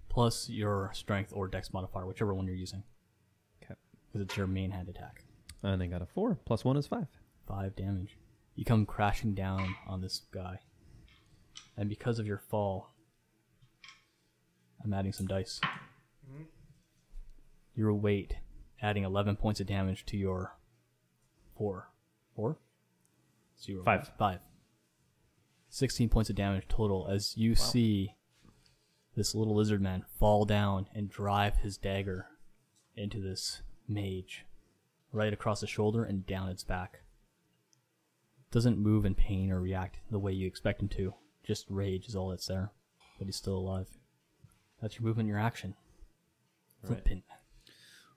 S1: plus your strength or dex modifier, whichever one you're using,
S4: Okay.
S1: because it's your main hand attack.
S4: And I got a four plus one is five.
S1: 5 damage. You come crashing down on this guy. And because of your fall, I'm adding some dice. Your weight, adding 11 points of damage to your 4. 4? Zero.
S4: Five.
S1: 5. 16 points of damage total as you see this little lizard man fall down and drive his dagger into this mage right across the shoulder and down its back. Doesn't move in pain or react the way you expect him to. Just rage is all that's there. But he's still alive. That's your movement, your action. Flippin'.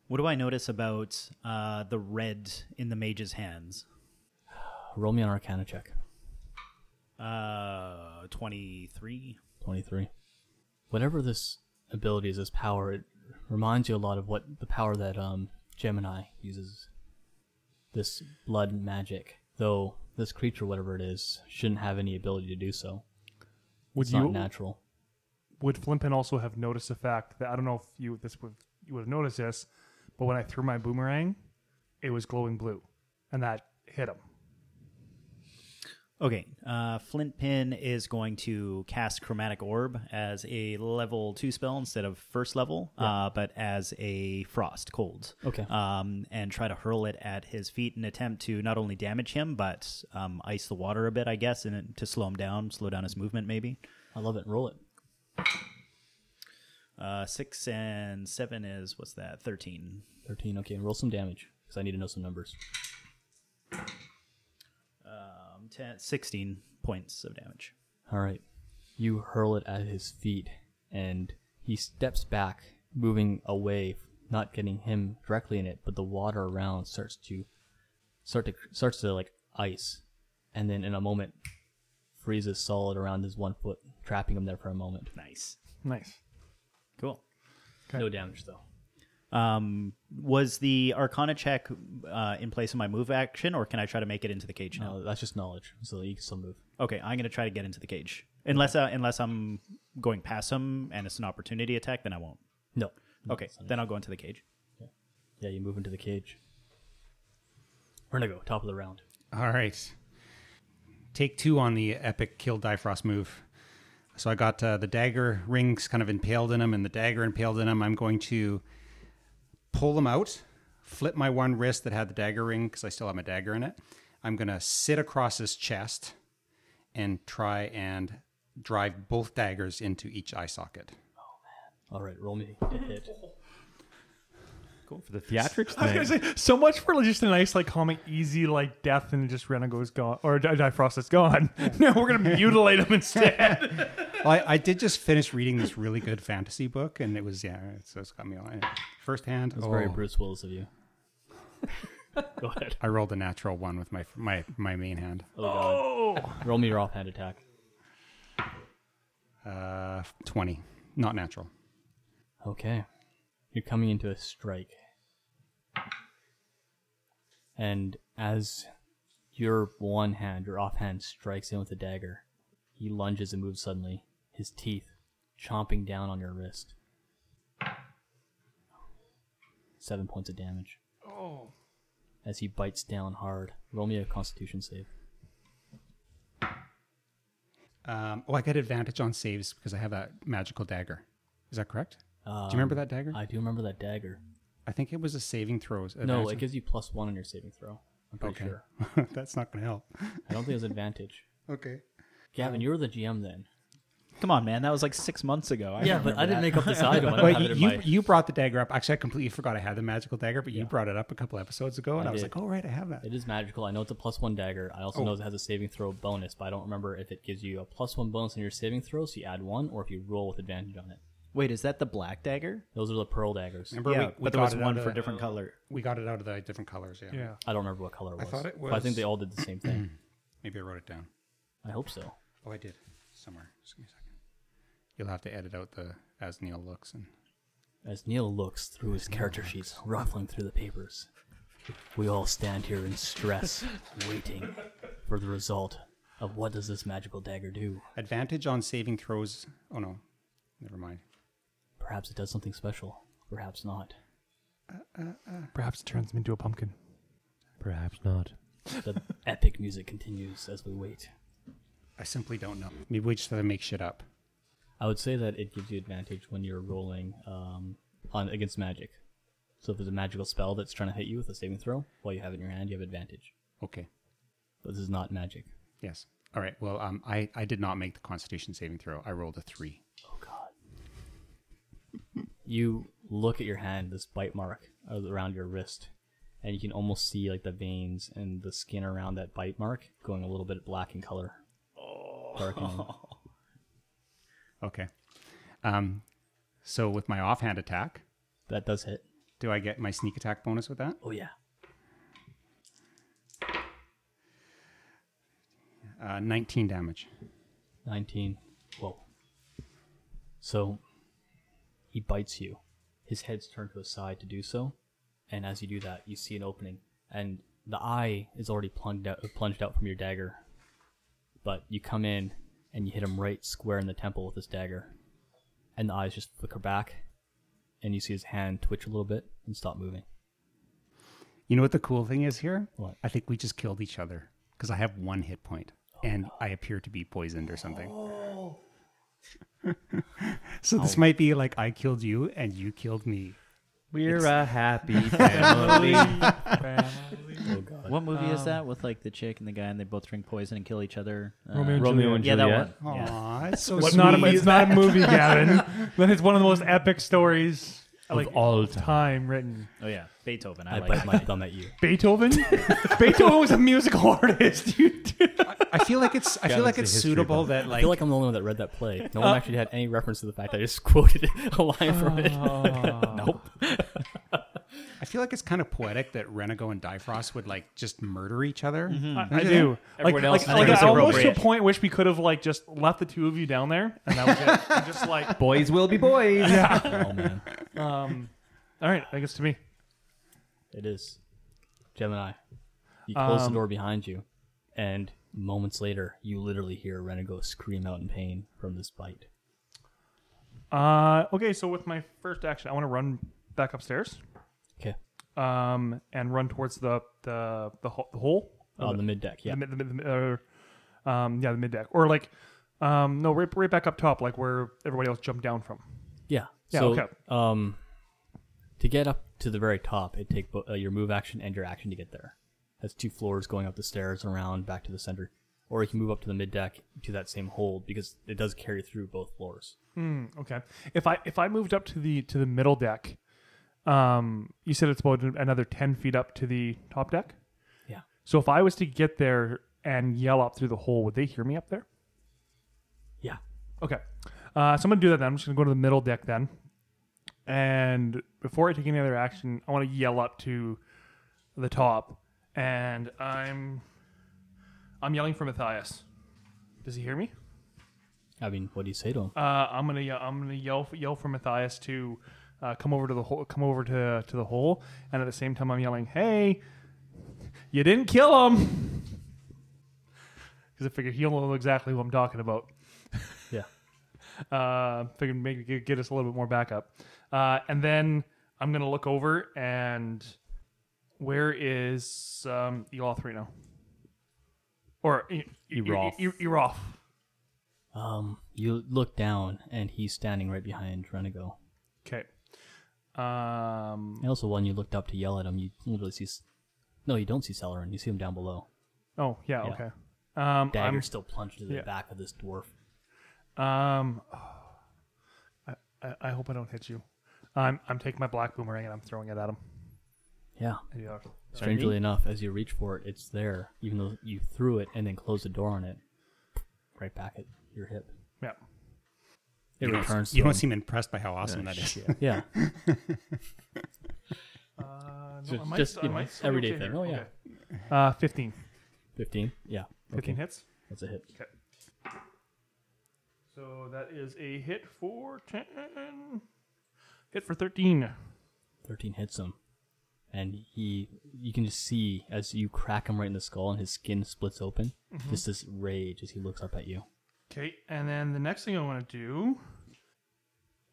S3: What do I notice about uh, the red in the mage's hands?
S1: Roll me an arcana check.
S3: Uh, 23.
S1: 23. Whatever this ability is, this power, it reminds you a lot of what the power that um, Gemini uses. This blood magic. Though this creature, whatever it is, shouldn't have any ability to do so.
S6: Would
S1: It's
S6: you
S1: not natural.
S6: would Flimpin also have noticed the fact that I don't know if you this would you would have noticed this, but when I threw my boomerang, it was glowing blue, and that hit him.
S3: Okay, uh, Flint Pin is going to cast Chromatic Orb as a level 2 spell instead of first level, uh, but as a Frost, Cold.
S1: Okay.
S3: Um, and try to hurl it at his feet and attempt to not only damage him, but um, ice the water a bit, I guess, and to slow him down, slow down his movement maybe.
S1: I love it. Roll it.
S3: Uh, 6 and 7 is, what's that, 13.
S1: 13. Okay, and roll some damage because I need to know some numbers.
S3: Um, 10, 16 points of damage.
S1: All right. You hurl it at his feet, and he steps back, moving away, not getting him directly in it, but the water around starts to start to starts to like ice, and then in a moment freezes solid around his one foot, trapping him there for a moment.
S3: Nice.
S6: Nice.
S3: Cool.
S1: No damage though.
S3: Um, was the Arcana check uh, in place of my move action, or can I try to make it into the cage now?
S1: No, that's just knowledge. So you can still move.
S3: Okay, I'm going to try to get into the cage. Unless uh, unless I'm going past him and it's an opportunity attack, then I won't.
S1: No.
S3: Okay, then I'll go into the cage.
S1: Yeah, you move into the cage. Vertigo, top of the round.
S5: All right. Take two on the epic kill Difrost move. So I got uh, the dagger rings kind of impaled in him, and the dagger impaled in him. I'm going to pull them out, flip my one wrist that had the dagger ring because I still have my dagger in it. I'm going to sit across his chest and try and drive both daggers into each eye socket.
S1: All right, roll me to hit.
S4: Going for the theatrics.
S6: I was
S4: tonight.
S6: gonna say so much for just a nice, like, comic, easy, like death, and just Renego's gone or Di- Difrost is gone. no, we're gonna mutilate him instead.
S5: Well, I, I did just finish reading this really good fantasy book, and it was yeah, it's, it's got me on it. firsthand.
S1: It's very
S5: oh.
S1: Bruce Willis of you. Go ahead.
S5: I rolled a natural one with my my my main hand.
S1: Oh, God. Roll me your offhand attack.
S5: Uh, twenty, not natural.
S1: Okay. You're coming into a strike. And as your one hand, your offhand, strikes in with the dagger, he lunges and moves suddenly, his teeth chomping down on your wrist. seven points of damage
S6: Oh,
S1: as he bites down hard. Roll me a Constitution save.
S5: Um, oh, I get advantage on saves because I have that magical dagger. Is that correct?
S1: Um,
S5: Do you remember that dagger? I,
S1: I do remember that dagger.
S5: think it was a saving throws.
S1: No,
S5: advantage
S1: it
S5: on-
S1: gives you plus one on your saving throw. I'm pretty
S5: Okay.
S1: sure.
S5: That's not going to help.
S1: I don't think it's advantage.
S5: Okay.
S1: Gavin, you were the GM then.
S3: Come on, man. That was like six months ago. I
S1: yeah, but I didn't make up this item. I don't have it
S5: But
S1: in
S5: you,
S1: my.
S5: you brought the dagger up. Actually, I completely forgot I had the magical dagger, but you brought it up a couple episodes ago, and
S1: I
S5: I, was
S1: did.
S5: like, oh, right, I have that.
S1: It is magical. I know it's a plus one dagger. I also know it has a saving throw bonus, but I don't remember if it gives you a plus one bonus on your saving throw, so you add one, or if you roll with advantage on it.
S3: Wait, is that the black dagger?
S1: Those are the pearl daggers.
S5: Remember,
S3: yeah,
S5: we, we
S3: but there was
S5: got it
S3: one
S5: out of uh,
S3: for
S5: the-
S3: different color.
S5: We got it out of the different colors. Yeah.
S6: yeah.
S1: I don't remember what color it was.
S5: thought it
S1: but I think
S5: was-
S1: they all did the same thing.
S5: Maybe I wrote it down.
S1: I hope so.
S5: Oh, I did somewhere. Just give me a second. You'll have to edit out the as Neil looks and
S1: As Neil looks through his character sheets, ruffling through the papers, we all stand here in stress, waiting for the result of what does this magical dagger do?
S5: advantage on saving throws. Oh no, never mind.
S1: Perhaps it does something special. Perhaps not.
S6: Perhaps it turns him into a pumpkin.
S4: Perhaps not.
S1: The epic music continues as we wait.
S5: I simply don't know. Maybe we just have to make shit up.
S1: I would say that it gives you advantage when you're rolling um, on against magic. So if there's a magical spell that's trying to hit you with a saving throw, while you have it in your hand, you have advantage.
S5: Okay.
S1: But this is not magic.
S5: Yes. All right. Well, um, I I did not make the Constitution saving throw. I rolled a three.
S1: Oh god. You look at your hand, this bite mark uh, around your wrist, and you can almost see like the veins and the skin around that bite mark going a little bit black in color. Oh. Darkening.
S5: Okay. Um, so with my offhand attack,
S1: That does hit.
S5: do I get my sneak attack bonus with that?
S1: Oh yeah.
S5: Uh, Nineteen damage.
S1: 19. Whoa. So he bites you. His head's turned to the side to do so, and as you do that, you see an opening, and the eye is already plunged out, plunged out from your dagger. But you come in and you hit him right square in the temple with this dagger, and the eyes just flicker back, and you see his hand twitch a little bit and stop moving.
S5: You know what the cool thing is here?
S1: What?
S5: I think we just killed each other because I have one hit point and I appear to be poisoned or something. so this might be like I killed you and you killed me.
S4: We're a happy family.
S3: What movie is that with like the chick and the guy and they both drink poison and kill each other? Uh,
S6: Romeo and
S4: Romeo
S6: Juliet.
S4: and
S3: yeah,
S4: Juliet.
S3: that one. Yeah.
S5: Aw, it's so
S6: It's
S5: sweet.
S6: not a, it's not a movie, Gavin. But it's one of the most epic stories of like all time. written.
S3: Oh yeah, Beethoven. I,
S1: I
S3: like
S1: bite
S3: it.
S1: my thumb at you.
S6: Beethoven. Beethoven was a musical artist. You did.
S5: I feel like it's I feel
S4: it's
S5: like
S4: a
S5: it's
S4: history
S5: suitable
S4: book.
S5: that
S1: I
S5: like,
S1: feel like I'm the only one that read that play. No one actually had any reference to the fact that I just quoted a line from it.
S5: I feel like it's kind of poetic that Renego and Difrost would like just murder each other.
S6: I, I do. Like,
S4: Everyone else
S6: like,
S4: is
S6: like,
S4: like,
S6: I almost to a
S4: appropriate.
S6: point wish we could have like just left the two of you down there, and that was it. And just like,
S4: Boys will be boys.
S1: Oh man,
S6: um, all right, I guess to me.
S1: it is Gemini. You close
S6: Um,
S1: the door behind you, and moments later, you literally hear Renego scream out in pain from this bite.
S6: Uh, okay, so with my first action, I want to run back upstairs,
S1: Okay,
S6: um, and run towards the the the, ho- the hole.
S1: on the mid deck. Yeah,
S6: the, mid- the, mid- the, mid- uh, um, yeah, the mid deck, or like, um, no, right, right back up top, like where everybody else jumped down from.
S1: yeah.
S6: Yeah,
S1: so,
S6: okay.
S1: um, to get up to the very top, it take bo- uh, your move action and your action to get there. That's two floors going up the stairs and around back to the center, or you can move up to the mid deck to that same hold because it does carry through both floors.
S6: Okay, if I if I moved up to the to the middle deck, um, you said it's about another ten feet up to the top deck.
S1: Yeah.
S6: So if I was to get there and yell up through the hole, would they hear me up there?
S1: Yeah.
S6: Okay. Uh, so I'm gonna do that then. I'm just gonna go to the middle deck then. And before I take any other action, I want to yell up to the top, and I'm I'm yelling for Matthias. Does he hear me?
S1: I mean, what do you say to him?
S6: Uh, I'm gonna yell, I'm gonna yell yell for Matthias to uh, come over to the hole, come over to to the hole, and at the same time I'm yelling, "Hey, you didn't kill him," because I figure he'll know exactly who I'm talking about.
S1: Yeah.
S6: Uh, figured maybe get- get us a little bit more backup, uh, and then I'm gonna look over and where is um, Eloth right now? Or E- E-
S4: Eroth.
S6: E- E- Eroth.
S1: Um, you look down, and he's standing right behind Renigo.
S6: Okay. Um.
S1: And also, when you looked up to yell at him, you literally see. s- No, you don't see Celerin. You see him down below.
S6: Oh yeah. Okay. Um.
S1: Dagger
S6: I'm
S1: still plunged into the
S6: yeah.
S1: back of this dwarf.
S6: Um, I, I, I hope I don't hit you. I'm I'm taking my black boomerang and I'm throwing it at him.
S1: Yeah.
S6: Yeah.
S1: Strangely enough, as you reach for it, it's there, even though you threw it and then closed the door on it, right back at your hip.
S6: Yeah.
S1: It returns.
S5: You
S1: to
S5: don't
S1: him.
S5: seem impressed by how awesome that is.
S1: Yeah.
S6: Uh,
S1: Just- I might- just, I you know, might still be everyday okay thing. here. Oh, yeah. Okay.
S6: Uh, fifteen.
S1: 15? Yeah.
S6: Fifteen hits.
S1: That's a hit.
S6: Okay. So that is a hit for ten. Hit for thirteen.
S1: 13 hits him. And he, you can just see as you crack him right in the skull and his skin splits open, just this rage as he looks up at you.
S6: Okay, and then the next thing I want to do,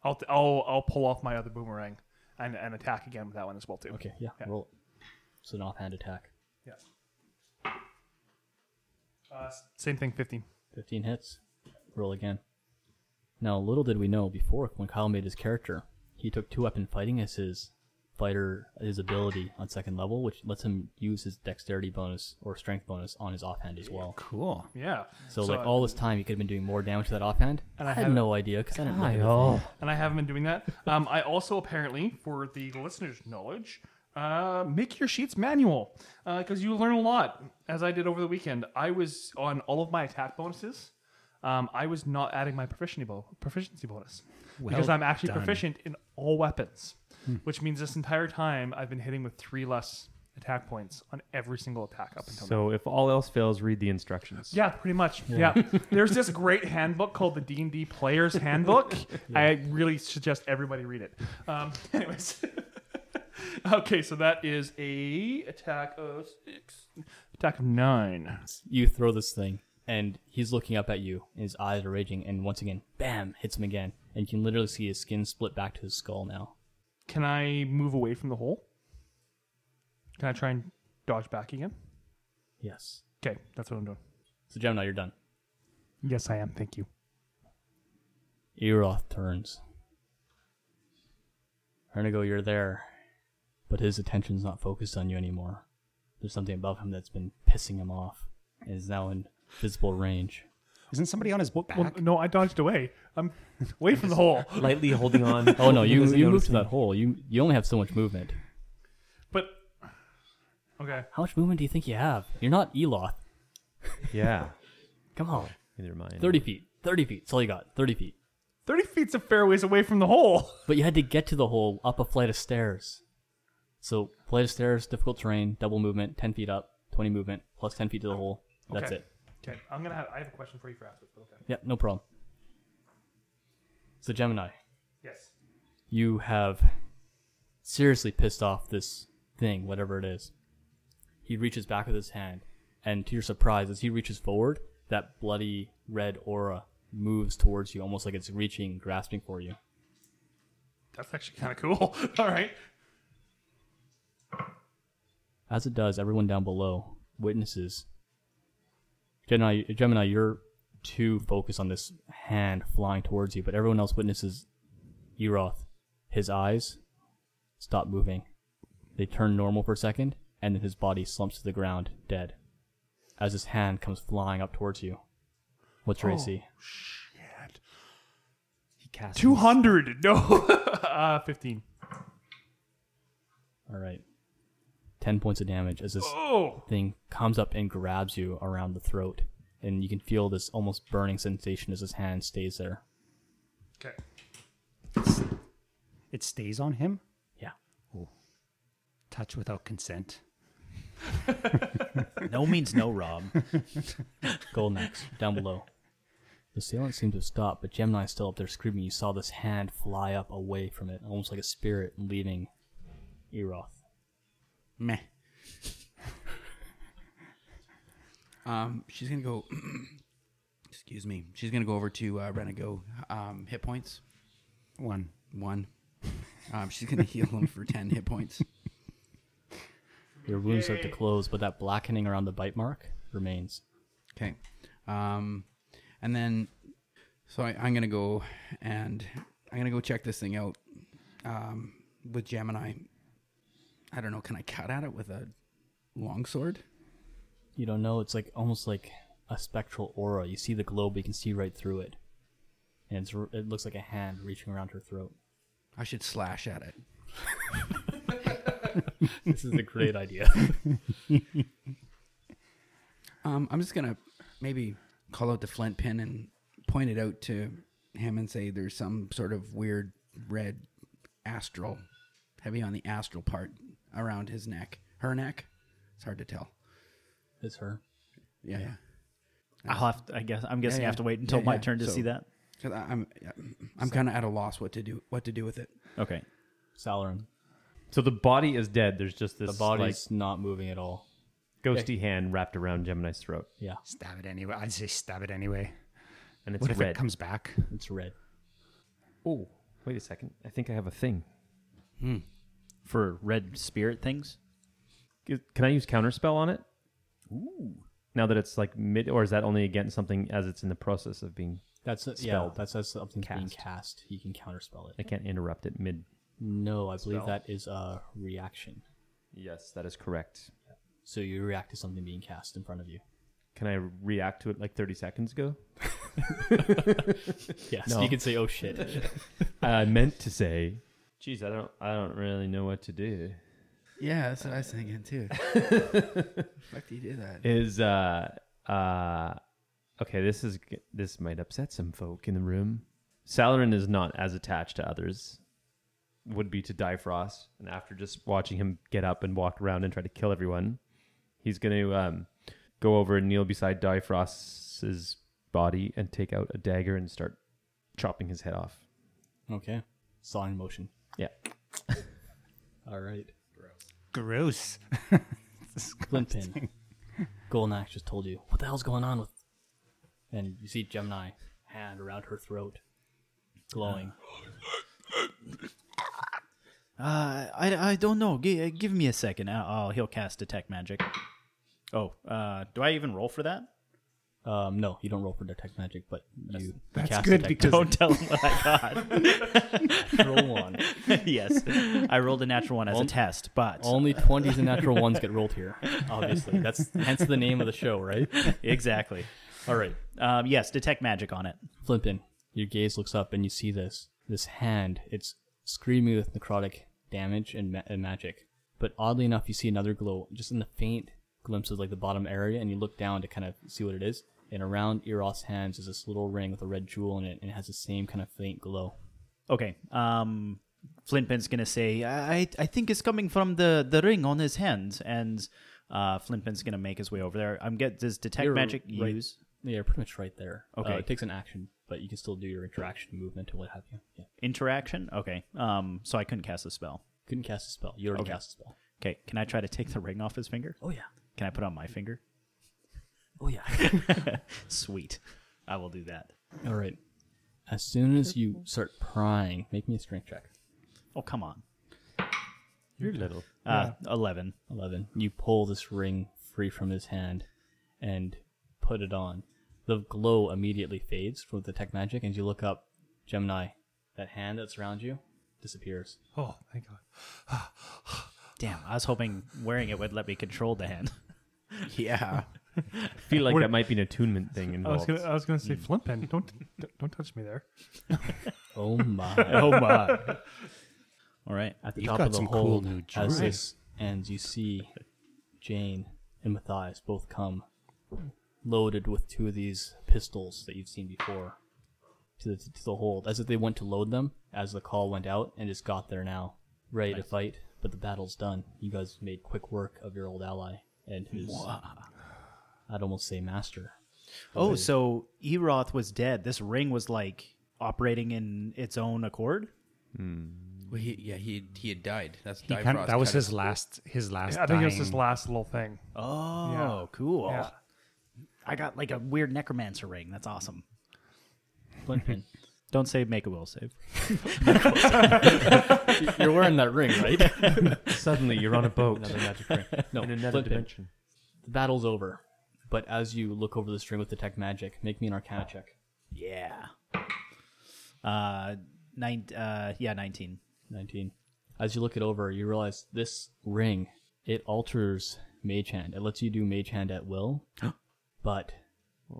S6: I'll t- I'll I'll pull off my other boomerang and, and attack again with that one as well too.
S1: Okay, yeah, roll it. It's an offhand attack.
S6: Yeah. Uh, s- same thing, 15.
S1: 15 hits. Roll again. Now, little did we know before when Kyle made his character, he took two weapon fighting as his fighter, his ability on second level, which lets him use his dexterity bonus or strength bonus on his offhand as well.
S5: Cool.
S6: Yeah. uh,
S1: So, like,
S6: I-
S1: all this time, he could have been doing more damage to that offhand.
S6: And I
S1: I, had
S6: haven't-
S1: no idea because I didn't look at it.
S4: Oh,
S6: And I haven't been doing that. Um, I also, apparently, for the listener's knowledge, uh, make your sheets manual because you learn a lot. As I did over the weekend, I was on all of my attack bonuses. Um, I was not adding my proficiency, bo- proficiency bonus because I'm actually
S5: done.
S6: proficient in all weapons,
S1: Hmm.
S6: which means this entire time I've been hitting with three less attack points on every single attack up until now.
S4: so if all else fails, read the instructions.
S6: Yeah, pretty much. Yeah. There's this great handbook called the D&D Player's Handbook. I really suggest everybody read it. Um, anyways. okay, so that is a attack of 6. Attack of 9.
S1: You throw this thing, and he's looking up at you, and his eyes are raging, and once again, bam, hits him again. And you can literally see his skin split back to his skull now.
S6: Can I move away from the hole? Can I try and dodge back again?
S1: Yes.
S6: Okay, that's what I'm doing.
S1: So, Gemini, you're done.
S6: Yes, I am. Thank you.
S1: Eroth turns. Hernigo, you're there, but his attention's not focused on you anymore. There's something above him that's been pissing him off, and is now in visible range.
S5: Isn't somebody on his book back?
S6: Well, no, I dodged away. I'm away from the hole.
S4: Lightly holding on.
S1: Oh no, you
S4: Doesn't
S1: you
S4: notice
S1: moved to that hole. You you only have so much movement.
S6: But Okay.
S1: How much movement do you think you have? You're not Eloth.
S4: me. Yeah.
S1: Come on,
S4: Neither mind.
S1: thirty feet, thirty feet. That's all you got, thirty feet.
S6: 30 feet's a fair ways away from the hole.
S1: But you had to get to the hole up a flight of stairs. So flight of stairs, difficult terrain, double movement, ten feet up, twenty movement, plus ten feet to the hole. That's
S6: Okay.
S1: it.
S6: Okay, I'm gonna have. I have a question for you for after. but Okay.
S1: Yeah, no problem. So Gemini,
S6: Yes.
S1: you have seriously pissed off this thing, whatever it is. He reaches back with his hand, and to your surprise, as he reaches forward, that bloody red aura moves towards you, almost like it's reaching, grasping for you.
S6: That's actually kind of cool. All right.
S1: As it does, everyone down below witnesses. Gemini, Gemini, you're too focused on this hand flying towards you, but everyone else witnesses Eroth. His eyes stop moving. They turn normal for a second, and then his body slumps to the ground, dead. As his hand comes flying up towards you. What's your AC?
S4: He casts
S6: Two hundred. No. uh, Fifteen.
S1: Alright. 10 points of damage as this
S6: Oh.
S1: thing comes up and grabs you around the throat, and you can feel this almost burning sensation as his hand stays there.
S6: Okay.
S5: It stays on him.
S1: Yeah.
S5: Touch without consent.
S3: No means no, Rob.
S1: Gold next, down below. The assailant seems to have stopped, but Gemini's still up there screaming. You saw this hand fly up away from it, almost like a spirit leaving Eroth.
S7: Meh. um, she's gonna go. excuse me. She's gonna go over to uh, Renigo. Um, hit points
S5: One.
S7: one. Um, she's gonna heal him for ten hit points.
S1: Your wounds start to close, but that blackening around the bite mark remains.
S7: Okay. Um, and then, so I, I'm gonna go and I'm gonna go check this thing out um, with Gemini. I don't know. Can I cut at it with a longsword?
S1: You don't know. It's like almost like a spectral aura. You see the glow, but you can see right through it, and it's r- it looks like a hand reaching around her throat.
S7: I should slash at it.
S1: This is a great idea.
S7: Um, I'm just gonna maybe call out the flint pin and point it out to him and say there's some sort of weird red astral, heavy on the astral part around his neck, her neck. It's hard to tell.
S1: It's her.
S7: Yeah, yeah.
S3: I'll have to, I guess I'm guessing
S7: yeah.
S3: I have to wait until
S7: Yeah,
S3: my
S7: yeah.
S3: turn to
S7: So-
S3: see that.
S7: 'Cause I- I'm I'm kind of at a loss what to do what to do with it.
S3: Okay.
S1: Salarin.
S4: So the body is dead. There's just this
S1: The body's not moving at all.
S4: like, ghosty hand wrapped around Gemini's throat,
S1: Yeah,
S5: Stab it anyway. I'd say stab it anyway.
S4: and it's
S5: What if
S4: red.
S5: it comes back?
S1: it's red.
S4: oh, wait a second. I think I have a thing.
S3: For red spirit things?
S4: Is- Can I use counterspell on it? Ooh. Now that it's like mid, or is that only against something as it's in the process of being?
S1: That's yeah.
S4: Spelled.
S1: That's that's something being
S4: Cast.
S1: cast. You can counterspell it.
S4: I can't interrupt it mid.
S1: No, I believe
S4: Spell.
S1: that is a reaction.
S4: Yes, that is correct.
S1: So you react to something being cast in front of you.
S4: Can I react to it like 30 seconds ago?
S1: Yes, you can say, "Oh shit."
S4: I meant to say, "Geez, I don't, I don't really know what to do."
S7: Yeah, that's what I was thinking too. Fuck, do you do that?
S4: Is uh, uh, okay. This is g- this might upset some folk in the room. Salarin is not as attached to others. Would be to Difrost, and after just watching him get up and walk around and try to kill everyone, he's going to um, go over and kneel beside Difrost's body and take out a dagger and start chopping his head off.
S1: okay. Sawing motion.
S4: Yeah,
S1: All right.
S5: Gross.
S1: Flimpin. Golnax just told you what the hell's going on with. And you see Gemini hand around her throat, glowing.
S3: Uh, I, I don't know. G- give me a second. I'll, I'll he'll cast detect magic. Oh, uh, do I even roll for that?
S1: Um, no, you don't roll for detect magic, but you
S5: That's
S1: cast
S5: good
S1: detect
S5: because
S3: Don't tell him what I
S1: magic. roll one.
S3: got. yes, I rolled a natural one as a test, but
S1: Only twenties and natural ones get rolled here. Obviously, that's hence the name of the show, right?
S3: exactly.
S1: All right,
S3: Um, yes, detect magic on it.
S1: Flimpin. Your gaze looks up and you see this this hand. It's screaming with necrotic damage and, ma- and magic. But oddly enough, you see another glow just in the faint glimpses, like the bottom area, and you look down to kind of see what it is. And around Eros' hands is this little ring with a red jewel in it, and it has the same kind of faint glow.
S3: Okay. Um, Flintpin's gonna say, I, I think it's coming from the, the ring on his hand, and uh, Flintpin's gonna make his way over there. I'm get does detect
S1: You're
S3: magic
S1: right-
S3: use?
S1: Yeah, you're pretty much right there. Uh,
S3: Okay.
S1: it takes an action, but you can still do your interaction, movement, and what have you. Yeah.
S3: interaction. Okay. Um. So I couldn't cast the spell.
S1: Couldn't cast a spell. You already
S3: Okay.
S1: cast a spell.
S3: Okay. Can I try to take the ring off his finger?
S1: Oh yeah.
S3: Can I put it on my finger?
S1: Oh yeah.
S3: Sweet. I will do that.
S1: All right. As soon as you start prying, make me a strength check.
S3: Oh come on.
S4: you're little.
S3: Uh, eleven.
S1: 11. You pull this ring free from his hand and put it on. The glow immediately fades from the tech magic, and as you look up, Gemini, that hand that's around you disappears.
S6: Oh, thank God.
S3: Damn. I was hoping wearing it would let me control the hand.
S7: Yeah.
S4: I feel like
S6: What-
S4: that might be an attunement thing
S6: I was
S4: involved.
S6: gonna, I was gonna say Flimpin. Don't, don't, don't touch me there.
S1: Oh my.
S3: oh my. All right.
S1: At the
S5: You've
S1: top
S5: got
S1: of the
S5: some
S1: hole,
S5: cool new
S1: as
S5: jewelry.
S1: this ends, you see Jane and Matthias both come loaded with two of these pistols that you've seen before to the, to the hold, as if they went to load them as the call went out and just got there now, ready to fight. But the battle's done. You guys made quick work of your old ally and his, I'd almost say master.
S3: Oh, so Eroth was dead. This ring was like operating in its own accord.
S7: Well, he, yeah, he he had died. That's
S5: He
S7: Difrost
S5: kind of, that was
S7: cut
S5: his last. His last.
S6: I think it was his
S5: dying-
S6: last little thing.
S3: Oh,
S6: Yeah.
S3: cool.
S6: Yeah.
S3: I got like a weird necromancer ring. That's awesome.
S1: Flimpin,
S3: Don't say make a will save.
S1: You're wearing that ring, right?
S4: Suddenly, you're on a boat
S1: no,
S4: in another
S1: flip it.
S4: dimension.
S1: The battle's over. But as you look over the string with detect magic, make me an arcana check.
S3: Yeah. Uh, nine. Uh, yeah, nineteen.
S1: 19. As you look it over, you realize this ring, it alters Mage Hand. It lets you do Mage Hand at will, but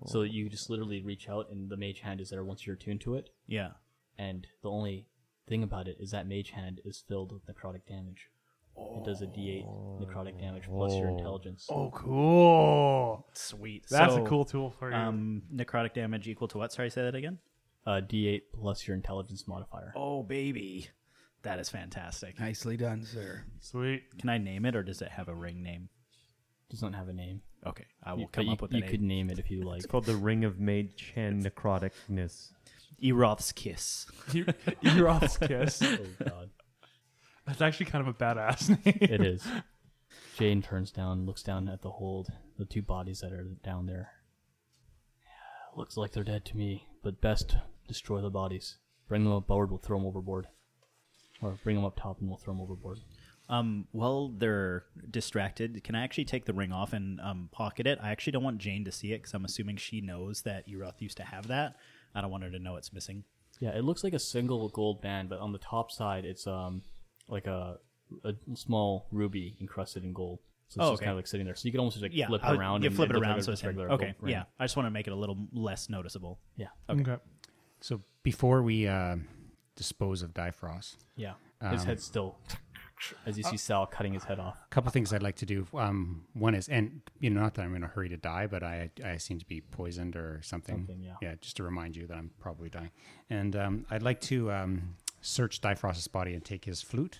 S1: so
S3: Oh.
S1: you just literally reach out and the Mage Hand is there once you're attuned to it.
S3: Yeah.
S1: And the only thing about it is that Mage Hand is filled with necrotic damage. It does a d8 necrotic damage plus your intelligence.
S6: Oh, cool.
S3: Sweet.
S6: That's
S3: So,
S6: a cool tool for you.
S3: Um, necrotic damage equal to what? Sorry, say that again.
S1: Uh, d8 plus your intelligence modifier.
S3: Oh baby, that is fantastic.
S7: Nicely done, sir.
S6: Sweet.
S3: Can I name it, or does it have a ring name?
S1: Doesn't have a name.
S3: Okay, I will
S1: You- but
S3: come
S1: you,
S3: up with a
S1: you
S3: name.
S1: could name it if you like.
S4: It's called the Ring of Mage Chan Necroticness.
S3: Eroth's kiss.
S6: You, you're off kiss.
S1: oh god.
S6: That's actually kind of a badass name.
S1: It is. Jane turns down, looks down at the hold, the two bodies that are down there. Looks like they're dead to me, but best destroy the bodies. Bring them aboard, we'll throw them overboard. Or bring them up top and we'll throw them overboard.
S3: Um, while they're distracted, can I actually take the ring off and um, pocket it? I actually don't want Jane to see it because I'm assuming she knows that Eroth used to have that. I don't want her to know it's missing.
S1: Yeah, it looks like a single gold band, but on the top side, it's um like a, a small ruby encrusted in gold. So it's
S3: Oh,
S1: just
S3: okay.
S1: kind of like sitting there. So you can almost just like
S3: Yeah,
S1: flip it
S3: I would-
S1: around.
S3: You
S1: and
S3: flip it
S1: looks like
S3: around
S1: a
S3: so it's
S1: just regular
S3: okay.
S1: gold ring.
S3: Yeah, I just want to make it a little less noticeable.
S1: yeah,
S6: Okay.
S5: So before we uh, dispose of Difrost,
S1: yeah.
S3: Um,
S1: his head's still, as you see Sal cutting his head off.
S5: a couple things I'd like to do. Um, one is, and you know, not that I'm in a hurry to die, but I I seem to be poisoned or something.
S1: Something, yeah.
S5: just to remind you that I'm probably dying. And um, I'd like to um, search Difrost's body and take his flute,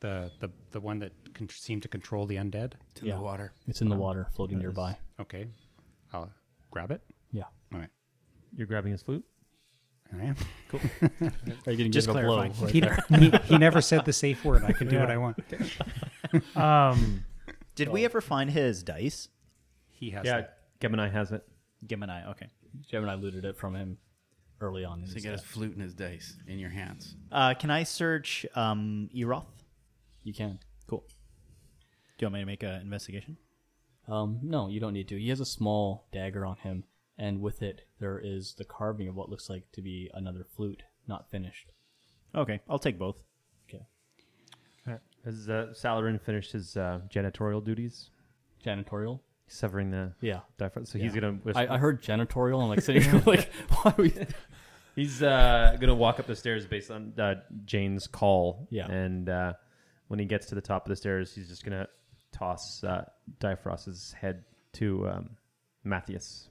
S5: the the the one that con- seemed to control the undead.
S7: To the water.
S1: It's in the water, floating nearby.
S5: Okay, I'll grab it.
S1: Yeah.
S5: All right,
S4: You're grabbing his flute?
S5: I am.
S1: Are you getting
S3: Just
S1: just a blow?
S3: clarifying.
S1: right
S5: He,
S1: there?
S5: he, he never said the safe word. I can do what I want.
S6: Um,
S3: Did we ever find his dice?
S5: He has.
S4: Yeah,
S5: that.
S4: Gemini has it.
S3: Gemini. Okay.
S1: Gemini looted it from him early on. In
S7: So
S1: his
S7: you got his
S1: death.
S7: flute and his dice in your hands.
S3: Uh, can I search um, Eroth?
S1: you can.
S3: Cool. Do you want me to make an investigation?
S1: Um, no, you don't need to. He has a small dagger on him, and with it, there is the carving of what looks like to be another flute, not finished.
S3: Okay, I'll take both.
S1: Okay.
S4: Has uh, Salarin finished his uh, janitorial duties?
S1: Janitorial?
S4: Severing the
S1: Yeah.
S4: diaphragm. So he's gonna whisper.
S1: I, uh, I heard janitorial. I'm like sitting here like, why are we.
S4: He's uh, gonna walk up the stairs based on uh, Jane's call.
S1: Yeah.
S4: And uh, when he gets to the top of the stairs, he's just gonna toss uh, Difrost's head to um, Matthias.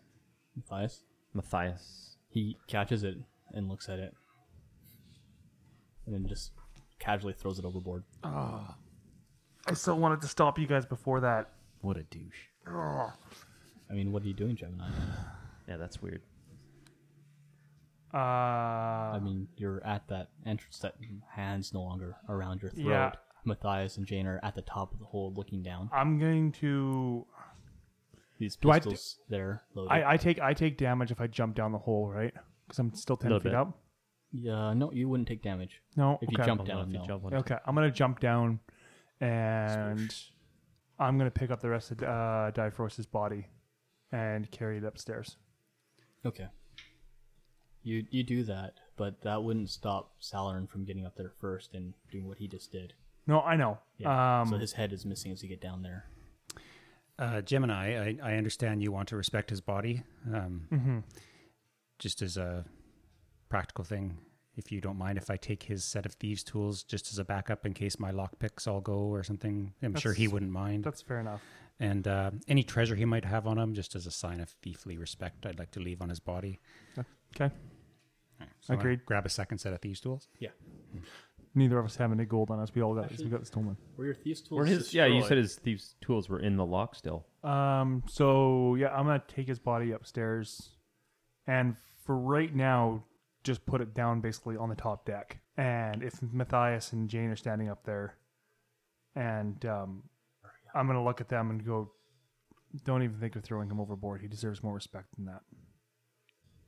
S1: Matthias?
S4: Matthias.
S1: He catches it and looks at it, and then just casually throws it overboard.
S6: I still wanted to stop you guys before that.
S3: What a douche.
S1: I mean, what are you doing, Gemini?
S4: Yeah, that's weird.
S6: Uh,
S1: I mean, you're at that entrance that hands no longer around your throat.
S6: Yeah.
S1: Matthias and Jane are at the top of the hold looking down.
S6: I'm going to.
S1: These
S6: I
S1: pistols there loaded.
S6: I, I take I take damage if I jump down the hole, right? Because I'm still ten feet
S4: Little bit.
S6: up.
S1: yeah, no, you wouldn't take damage.
S6: No.
S1: If you
S6: okay.
S1: jump
S4: I don't know
S1: down,
S4: if you
S1: no.
S4: jump on-
S6: Okay, I'm gonna jump down, and I'm gonna pick up the rest of uh, Difrost's body, and carry it upstairs.
S1: Okay. You you do that, but that wouldn't stop Salarin from getting up there first and doing what he just did.
S6: No, I know.
S1: Yeah.
S6: Um,
S1: so his head is missing as you get down there.
S5: Uh, Gemini, I, I understand you want to respect his body. Um,
S6: Mm-hmm.
S5: Just as a practical thing, if you don't mind, if I take his set of thieves' tools just as a backup in case my lockpicks all go or something, I'm sure he
S6: That's-
S5: wouldn't mind.
S6: that's fair enough.
S5: And uh, any treasure he might have on him, just as a sign of thiefly respect, I'd like to leave on his body.
S6: Okay.
S5: So I'm gonna
S6: Agreed.
S5: Grab a second set of thieves' tools.
S6: Neither of us have any gold on us. We all got we got stolen.
S1: Were your thieves tools?
S4: Were his, yeah, you said his thieves' tools were in the lock still.
S6: Um. So yeah, I'm gonna take his body upstairs, and for right now, just put it down basically on the top deck. And if Matthias and Jane are standing up there, and um, I'm gonna look at them and go, "Don't even think of throwing him overboard. He deserves more respect than that."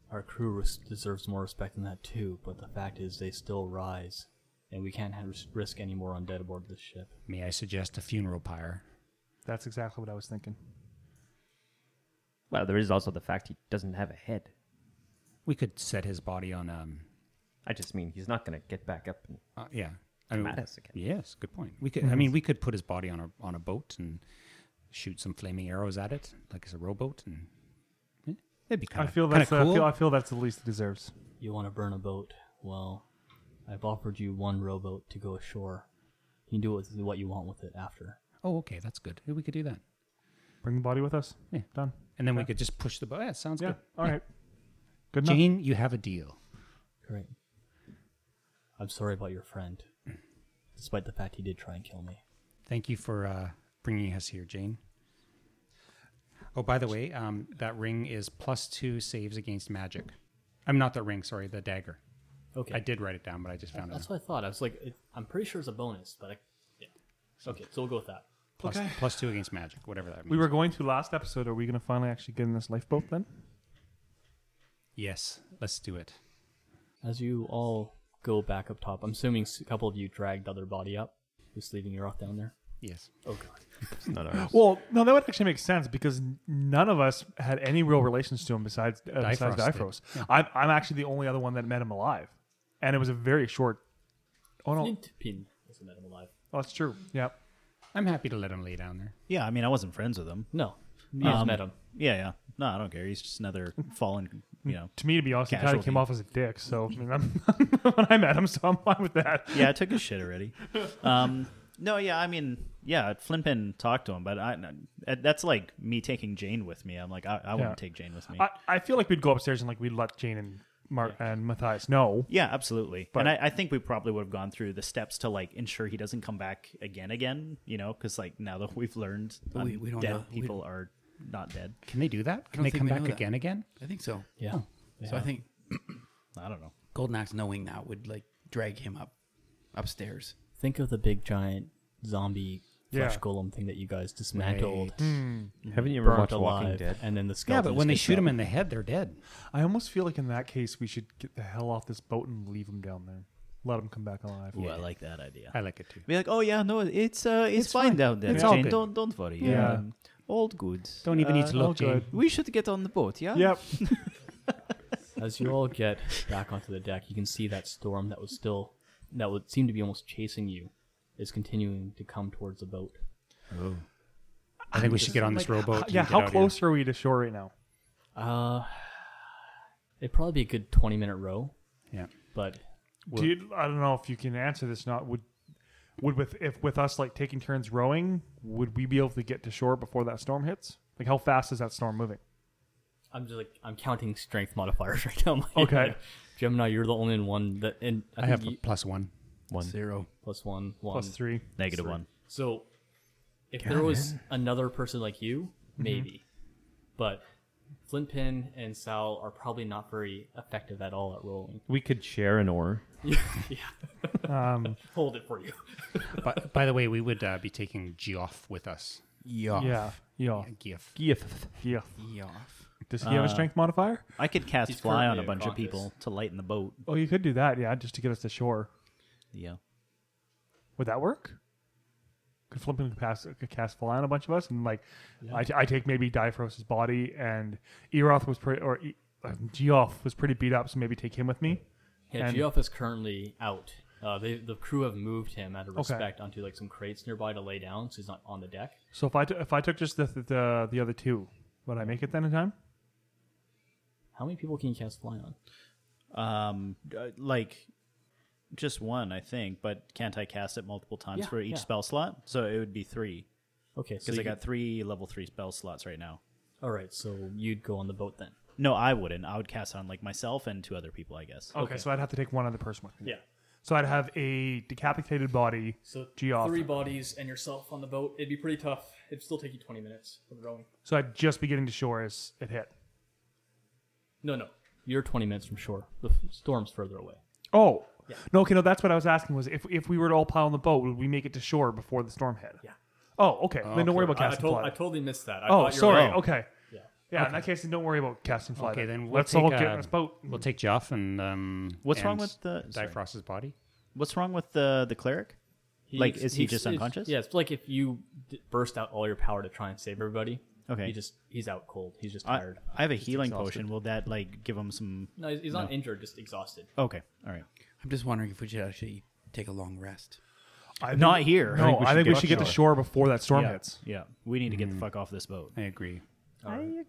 S1: Our crew res- deserves more respect than that too, but the fact is they still rise, and we can't ha- ris- risk any more undead aboard this ship.
S5: May I suggest a funeral pyre?
S6: That's exactly what I was thinking.
S4: Well, there is also the fact he doesn't have a head.
S5: We could set his body on. Um,
S4: I just mean he's not going to get back up. And,
S5: uh, yeah, I mean,
S4: Mattis again.
S5: yes, good point. We could. I mean, we could put his body on a on a boat and shoot some flaming arrows at it, like it's a rowboat, and eh, that'd be kind of
S6: I feel that's uh,
S5: cool.
S6: I feel I feel that's the least it deserves.
S1: You want to burn a boat? Well, I've offered you one rowboat to go ashore. You can do with what you want with it after.
S5: oh, okay, that's good. Yeah, We could do that,
S6: Bring the body with us.
S5: Yeah.
S6: done.
S5: and then we could just push the boat. Yeah, sounds
S6: yeah,
S5: good.
S6: all right. Good enough.
S5: Gene, you have a deal.
S1: Great. I'm sorry about your friend, despite the fact he did try and kill me.
S5: Thank you for uh, bringing us here, Jane. Oh, by the way, um, that ring is plus two saves against magic. I'm not the ring, sorry, the dagger.
S1: Okay.
S5: I did write it down, but I just found it
S1: That's what I thought. I was like, it, I'm pretty sure it's a bonus, but I, yeah. Okay, so we'll go with that.
S5: plus, plus two against magic, whatever that means.
S6: We were going to last episode. Are we going to finally actually get in this lifeboat then?
S5: yes, let's do it.
S1: As you all go back up top, I'm assuming s- a couple of you dragged the other body up, just leaving your off down there.
S5: Yes,
S1: Oh god.
S4: it's not ours.
S6: Well, no, that would actually make sense because n- none of us had any real relations to him besides uh, besides
S5: Difrost did.
S6: Difrost. I'm, I'm actually the only other one that met him alive, and it was a very short. Oh no,
S1: Flint pin is met him alive.
S6: oh, that's true. Yeah,
S5: I'm happy to let him lay down there.
S3: Yeah, I mean, I wasn't friends with him.
S1: No, Um, you just met him.
S3: Yeah, yeah. No, I don't care. He's just another fallen, you know.
S6: to me, to be honest, he kind of
S3: Casualty.
S6: came off as a dick. So I mean, I'm, when I met him, so I'm fine with that.
S3: Yeah, I took his shit already. Um, no, yeah, I mean, yeah, Flintpin talked to him, but I, that's like me taking Jane with me. I'm like, I, I
S6: Yeah.
S3: wouldn't take Jane with me.
S6: I, I feel like we'd go upstairs and like we'd let Jane and Mark and Matthias know.
S3: Yeah, absolutely.
S6: But-
S3: and I, I think we probably would have gone through the steps to like ensure he doesn't come back again, again. You know, because like now that we've learned,
S7: But we- we don't
S3: undead
S7: know. We
S3: people are not dead.
S5: Can they do that? Can
S7: don't
S5: they
S7: think
S5: come
S7: we
S5: back
S7: know that.
S5: again? Again?
S7: I think so.
S1: Yeah.
S7: So I think
S3: I don't know.
S7: Golden Axe, knowing that, would like drag him up upstairs.
S1: Think of the big giant zombie flesh
S6: Yeah.
S1: golem thing that you guys dismantled,
S4: Mm-hmm. Haven't you ever
S1: burnt
S4: watched Walking
S1: alive,
S4: Dead?
S1: and then the
S5: Hmm. Yeah,
S1: skeleton.
S5: but when they shoot him in the head, they're dead.
S6: I almost feel like in that case we should get the hell off this boat and leave him down there. Let him come back alive.
S3: Ooh, I like that idea.
S5: I like it too.
S3: Be like, oh yeah, no, it's uh, it's, fine, down there,
S5: It's all
S3: Jane.
S5: good."
S3: Don't don't worry.
S6: Yeah.
S3: Um, all good.
S5: Don't even need to look,
S6: all
S5: Jane.
S6: good.
S3: We should get on the boat. Yeah.
S6: Yep.
S1: As you all get back onto the deck, you can see that storm that was still, that would seem to be almost chasing you, is continuing to come towards the boat.
S5: I think we should get on this rowboat. and
S6: yeah.
S5: get
S6: How
S5: out of
S6: close are we to shore right now?
S1: Uh, it'd probably be a good 20 minute row,
S5: Here. Yeah.
S1: but
S6: Do you, I don't know if you can answer this. Not would would with if with us like taking turns rowing, would we be able to get to shore before that storm hits? Like how fast is that storm moving?
S1: I'm just like I'm counting strength modifiers right now. in my head.
S6: Okay.
S1: Gemini, you're the only one that, and I,
S5: I
S1: think
S5: have a
S1: you,
S5: plus one.
S7: Zero.
S1: plus one, one,
S6: Plus three.
S3: Negative one.
S1: So, if there was another person like you,
S6: Mm-hmm.
S1: maybe, but Flintpin and Sal are probably not very effective at all at rolling.
S4: We could share an oar.
S1: Hold it for you.
S5: But by the way, we would uh, be taking Geoff with us.
S7: Yoff.
S6: Yeah. Yeah.
S5: Geoff.
S6: Yeah.
S7: Yoff.
S6: Does he have a strength modifier?
S3: I could cast
S1: He's
S3: fly on
S1: currently
S3: a
S1: a
S3: bunch of
S1: caucus.
S3: people to lighten the boat.
S6: Oh, you could do that. Yeah, just to get us to shore.
S3: Yeah.
S6: Would that work? Could Flippin cast, could cast fly on a bunch of us, and like, I, t- I take maybe Difrost's body, and Eroth was pretty, or E- uh, Geoff was pretty beat up, so maybe take him with me.
S1: Yeah,
S6: And-
S1: Geoff is currently out. Uh, they, the crew have moved him out of respect onto like some crates nearby to lay down, so he's not on the deck.
S6: So if I t- if I took just the, the the other two, would I make it then in time?
S1: How many people can you cast fly on?
S3: Um, uh, like just one, I think. But can't I cast it multiple times
S1: Yeah,
S3: for each
S1: yeah.
S3: spell slot? So it would be three
S1: Okay, so
S3: because I
S1: you-
S3: got three level three spell slots right now.
S1: All right, so you'd go on the boat then.
S3: No, I wouldn't. I would cast it on like myself and two other people, I guess.
S6: Okay, so I'd have to take one other person with me.
S1: Yeah.
S6: So I'd have a decapitated body.
S1: So
S6: Geoff.
S1: three bodies and yourself on the boat. It'd be pretty tough. It'd still take you twenty minutes of rowing.
S6: So I'd just be getting to shore as it hit.
S1: No, no, you're twenty minutes from shore. The f- storm's further away.
S6: Oh. No, okay, no, that's what I was asking was if if we were to all pile on the boat, would we make it to shore before the storm hit?
S1: Yeah.
S6: Oh, okay. then don't worry about
S1: I, I
S6: casting
S1: told,
S6: fly.
S1: I totally missed that. I
S6: oh,
S1: thought you were
S6: sorry.
S1: right.
S6: Okay.
S1: Yeah.
S6: Yeah, in that case, then don't worry about casting fly.
S5: Okay, then we'll
S6: let's
S5: take,
S6: all get
S5: uh,
S6: in this boat.
S5: We'll take Joff and um.
S3: What's wrong
S5: and
S3: with the- sorry.
S5: Difrost's body?
S3: What's wrong with the the cleric? Like,
S1: ex-
S3: is he just
S1: ex-
S3: unconscious?
S1: Yeah, it's like if you d- burst out all your power to try and save everybody.
S3: Okay.
S1: He just he's out cold. He's just
S3: I,
S1: tired.
S3: I have a
S1: Just
S3: healing
S1: exhausted.
S3: potion. Will that like give him some?
S1: No, he's, he's not injured. Just exhausted.
S3: Okay, all right.
S7: I'm just wondering if we should actually take a long rest.
S6: I
S3: Not
S6: think-
S3: here.
S6: No, I think we should, get,
S3: to
S6: to shore before that storm
S3: Yeah,
S6: hits.
S3: yeah. We need to get the fuck off this boat.
S5: I agree.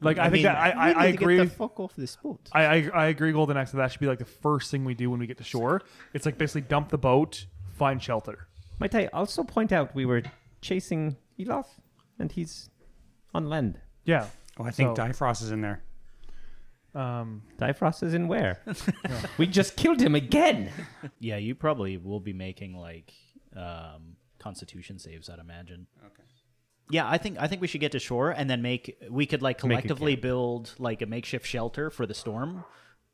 S6: Like I, think
S3: Mm. mean,
S6: that I I,
S3: we need
S6: I
S3: to get
S6: agree.
S3: the fuck off this boat.
S6: I, I I agree, Golden Axe. That, that should be like the first thing we do when we get to shore. It's like basically dump the boat, find shelter.
S4: Might I also point out we were chasing Elof, and he's on land.
S6: Yeah.
S5: Oh, I think
S6: So-
S5: Difrost is in there.
S6: Um,
S4: Difrost is in where? we just killed him again.
S3: Yeah, you probably will be making like um, Constitution saves. I'd imagine. Okay. Yeah, I think I think we should get to shore and then make we could
S4: Make
S3: like
S4: a
S3: collectively build like a makeshift shelter for the storm.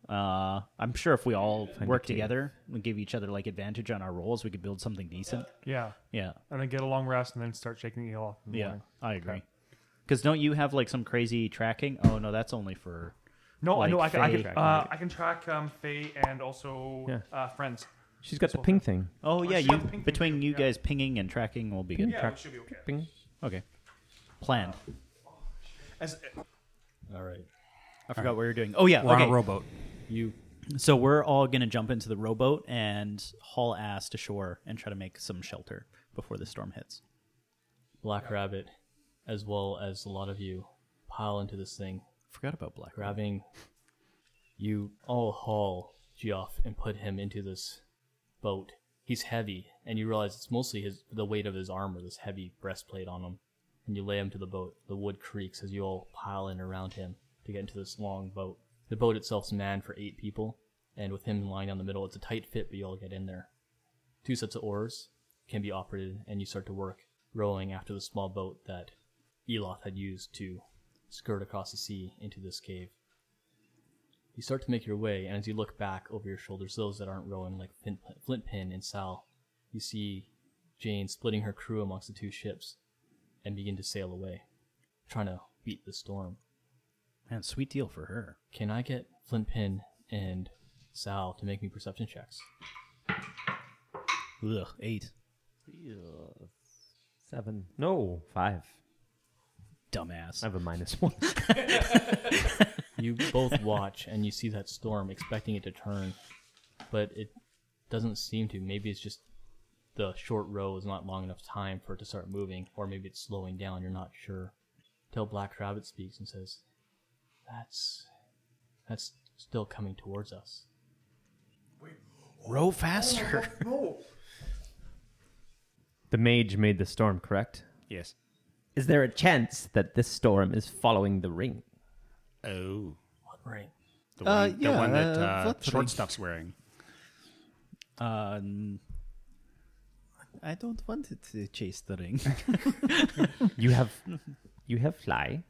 S3: Uh, I'm sure if we all work
S4: cave.
S3: together and give each other like advantage on our roles, we could build something decent.
S6: yeah.
S3: Yeah,
S6: And then get a long rest and then start shaking the eel off. in the
S3: yeah,
S6: morning.
S3: I agree. Because don't you have like some crazy tracking? Oh no, that's only for
S6: No, I
S3: Like
S6: know I can. I
S3: Faye.
S6: can, uh, I can track um, Faye and also
S4: Yeah.
S6: uh, friends.
S4: She's got the ping thing.
S3: Oh yeah,
S6: she
S3: you
S6: has ping thing
S3: between
S6: too,
S3: you
S6: yeah.
S3: guys pinging and tracking will be good.
S6: Yeah, it should be okay.
S4: Ping.
S3: Okay, planned.
S6: As, uh,
S1: All right.
S3: I forgot what we were doing. Oh yeah,
S5: We're
S3: okay.
S5: on a rowboat.
S1: You
S3: So we're all gonna jump into the rowboat and haul ass to shore and try to make some shelter before the storm hits.
S1: Black Rabbit, as well as a lot of you, pile into this thing,
S3: Forgot about Black Rabbit.
S1: grabbing. You all haul Geoff and put him into this boat. He's heavy, and you realize it's mostly his the weight of his armor, this heavy breastplate on him. And you lay him to the boat. The wood creaks as you all pile in around him to get into this long boat. The boat itself's manned for eight people, and with him lying down the middle, it's a tight fit, but you all get in there. Two sets of oars can be operated, and you start to work rowing after the small boat that Eloth had used to skirt across the sea into this cave. You start to make your way, and as you look back over your shoulders, those that aren't rowing, like Flint, Flint Pin and Sal, you see Jane splitting her crew amongst the two ships and begin to sail away, trying to beat the storm.
S3: Man, sweet deal for her.
S1: Can I get Flint Pin and Sal to make me perception checks?
S3: Ugh, eight.
S4: Seven. No, five.
S3: Dumbass.
S4: I have a minus one.
S1: You both watch and you see that storm, expecting it to turn, but it doesn't seem to. Maybe it's just the short row is not long enough time for it to start moving, or maybe it's slowing down. You're not sure. Till Black Rabbit speaks and says, "That's that's still coming towards us."
S3: Row faster.
S4: the mage made the storm, correct?
S5: Yes.
S4: Is there a chance that this storm is following the ring?
S5: Oh,
S1: What ring?
S5: the one,
S7: Uh,
S5: the one
S7: yeah,
S5: that
S7: uh,
S5: uh,
S7: flip
S5: short
S7: it.
S5: stuff's wearing.
S3: um, I don't want it to chase the ring.
S4: You have, you have fly.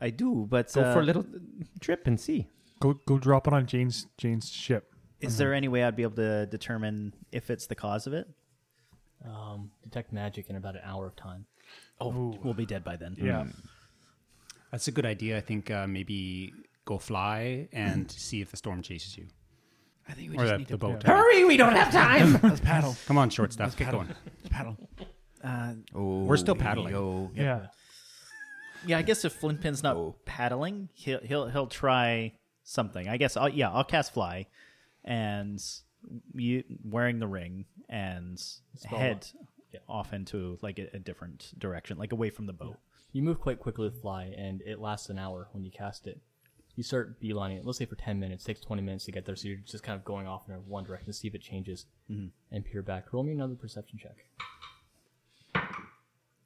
S3: I do, but
S4: Go
S3: uh,
S4: for a little trip and see.
S6: go go drop it on Jane's Jane's ship.
S3: Is there any way I'd be able to determine if it's the cause of it?
S1: Um, detect magic in about an hour of time.
S3: Oh, we'll be dead by then.
S6: Yeah.
S5: That's a good idea. I think uh, maybe go fly and see if the storm chases you.
S7: I think we
S5: Or
S7: just
S5: that-
S7: need
S5: the
S7: to
S5: boat.
S4: Hurry! We don't have time.
S7: Let's paddle.
S5: Come on, short stuff. Get going.
S7: Paddle. Uh, oh,
S5: We're still paddling.
S7: yo.
S6: Yeah.
S3: Yeah, I guess if Flintpin's not
S7: Oh.
S3: paddling, he'll he'll he'll try something. I guess I'll yeah, I'll cast fly and you wearing the ring and head off into like a, a different direction, like away from the boat.
S1: You move quite quickly with fly, and it lasts an hour when you cast it. You start beelining it. Let's say for ten minutes, takes twenty minutes to get there, so you're just kind of going off in one direction to see if it changes and peer back. Roll me another perception check.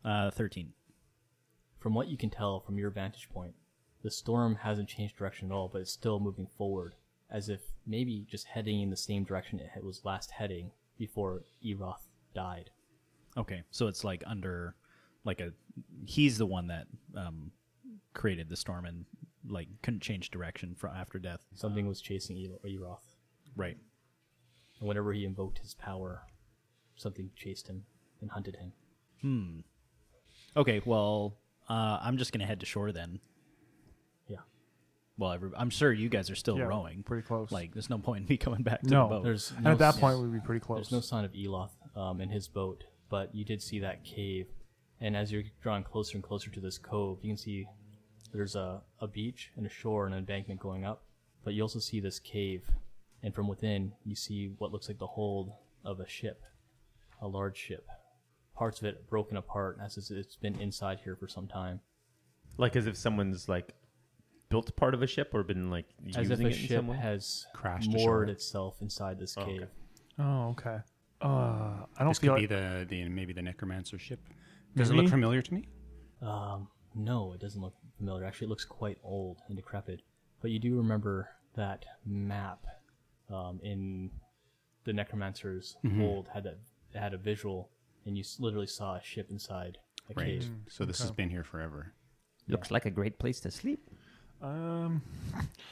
S3: Uh 13.
S1: From what you can tell from your vantage point, the storm hasn't changed direction at all, but it's still moving forward, as if maybe just heading in the same direction it was last heading before Eroth died.
S3: Okay. So it's like under like a he's the one that um created the storm and like couldn't change direction for after death.
S1: Something was chasing Ero- Eroth,
S3: Right.
S1: and whenever he invoked his power, something chased him and hunted him.
S3: Okay, well, uh I'm just going to head to shore then.
S1: Yeah.
S3: well, every, I'm sure you guys are still
S6: Yeah,
S3: rowing.
S6: pretty close.
S3: Like, there's no point in me coming back to
S6: No,
S3: the boat.
S1: There's
S6: and
S1: no
S6: at that
S1: s-
S6: point, we'd be pretty
S1: There's
S6: close.
S1: no sign of Eloth um, in his boat, but you did see that cave. And as you're drawing closer and closer to this cove, you can see there's a, a beach and a shore and an embankment going up. But you also see this cave. And from within, you see what looks like the hold of a ship, a large ship. Parts of it broken apart as it's- it's been inside here for some time.
S4: Like as if someone's like built part of a ship or been like
S1: As if
S4: using
S1: a
S4: it in
S1: ship
S4: some way.
S1: has
S5: Crashed ashore.
S1: moored itself inside this cave.
S4: okay.
S6: oh, okay. Uh, I don't
S5: This
S6: feel
S5: could
S6: like,
S5: be the, the maybe the necromancer ship. Does it
S6: Maybe.
S5: look familiar to me?
S1: Um, no, it doesn't look familiar. Actually, it looks quite old and decrepit. But you do remember that map um, in the Necromancer's
S5: Mm-hmm.
S1: hold had that it had a visual, and you s- literally saw a ship inside a
S5: Right.
S1: cave.
S5: So this has been here forever.
S4: Looks like a great place to sleep.
S6: um,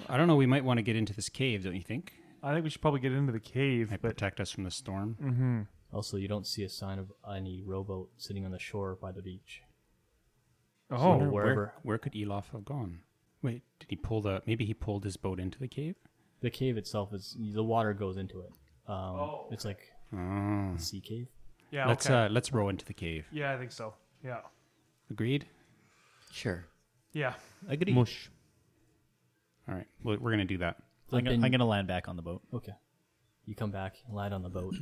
S5: I don't know. We might want to get into this cave, don't you think?
S6: I think we should probably get into the cave,
S5: Might
S6: but
S5: protect us from the storm.
S1: Also, you don't see a sign of any rowboat sitting on the shore by the beach.
S6: oh,
S1: no.
S5: where,
S1: wherever-
S5: where could Elof have gone? Wait, did he pull the? Maybe he pulled his boat into the cave.
S1: The cave itself is the water goes into it. Um, It's like
S5: Oh.
S1: a sea cave.
S6: yeah,
S5: let's
S6: okay.
S5: uh, let's row into the cave.
S6: yeah, I think so. Yeah,
S5: Agreed.
S7: Sure.
S6: yeah.
S3: Agreed.
S4: Mush.
S5: All right, well, we're gonna do that.
S1: Like
S3: I'm, gonna,
S1: in-
S3: I'm gonna land back on the boat.
S1: Okay. You come back, land on the boat.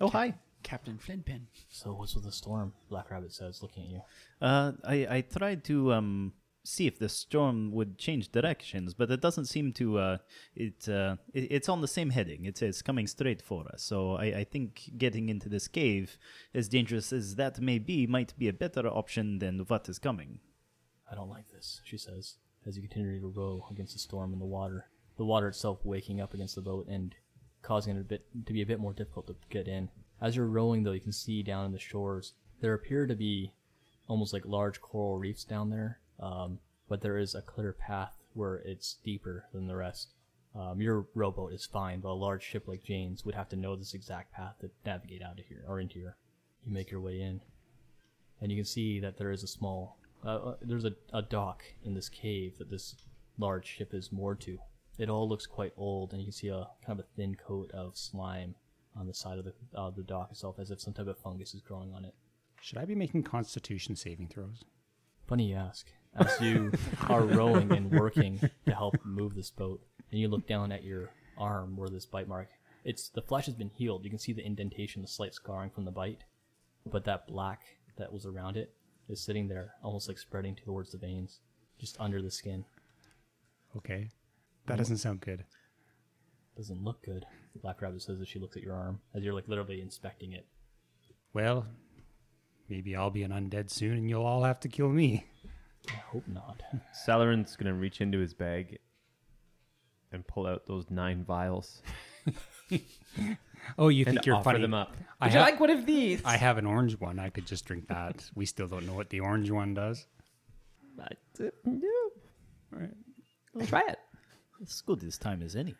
S3: Oh hi.
S7: Captain Flintpin.
S1: so what's with the storm? Black Rabbit says, looking at you.
S3: Uh, I I tried to um see if the storm would change directions, but it doesn't seem to. Uh, it uh, it, it's on the same heading. It's it's coming straight for us. So I I think getting into this cave, as dangerous as that may be, might be a better option than what is coming.
S1: I don't like this, she says, as you continue to row against the storm and the water. The water itself waking up against the boat and causing it a bit to be a bit more difficult to get in. As you're rowing though, you can see down in the shores there appear to be almost like large coral reefs down there, um, but there is a clear path where it's deeper than the rest. Um, your rowboat is fine, but a large ship like Jane's would have to know this exact path to navigate out of here or into here. You make your way in and you can see that there is a small uh, uh, there's a, a dock in this cave that this large ship is moored to it all looks quite old and you can see a kind of a thin coat of slime on the side of the, uh, the dock itself as if some type of fungus is growing on it
S5: Should I be making Constitution saving throws?
S1: funny you ask as you are rowing and working to help move this boat and you look down at your arm where this bite mark it's the flesh has been healed you can see the indentation the slight scarring from the bite but that black that was around it is sitting there almost like spreading towards the veins just under the skin
S5: Okay, that doesn't sound good.
S1: doesn't look good black rabbit says as she looks at your arm as you're like literally inspecting it
S5: Well, maybe I'll be an undead soon, and you'll all have to kill me.
S1: i hope not
S4: Salarin's gonna reach into his bag and pull out those nine vials.
S5: Oh, you
S4: And
S5: think you're
S4: offer
S5: funny?
S4: them up.
S5: I
S4: Would
S5: have-
S4: you like one of these?
S5: I have an orange one. I could just drink that. we still don't know what the orange one does.
S4: I- uh, no. Try it.
S3: It's good this time as any.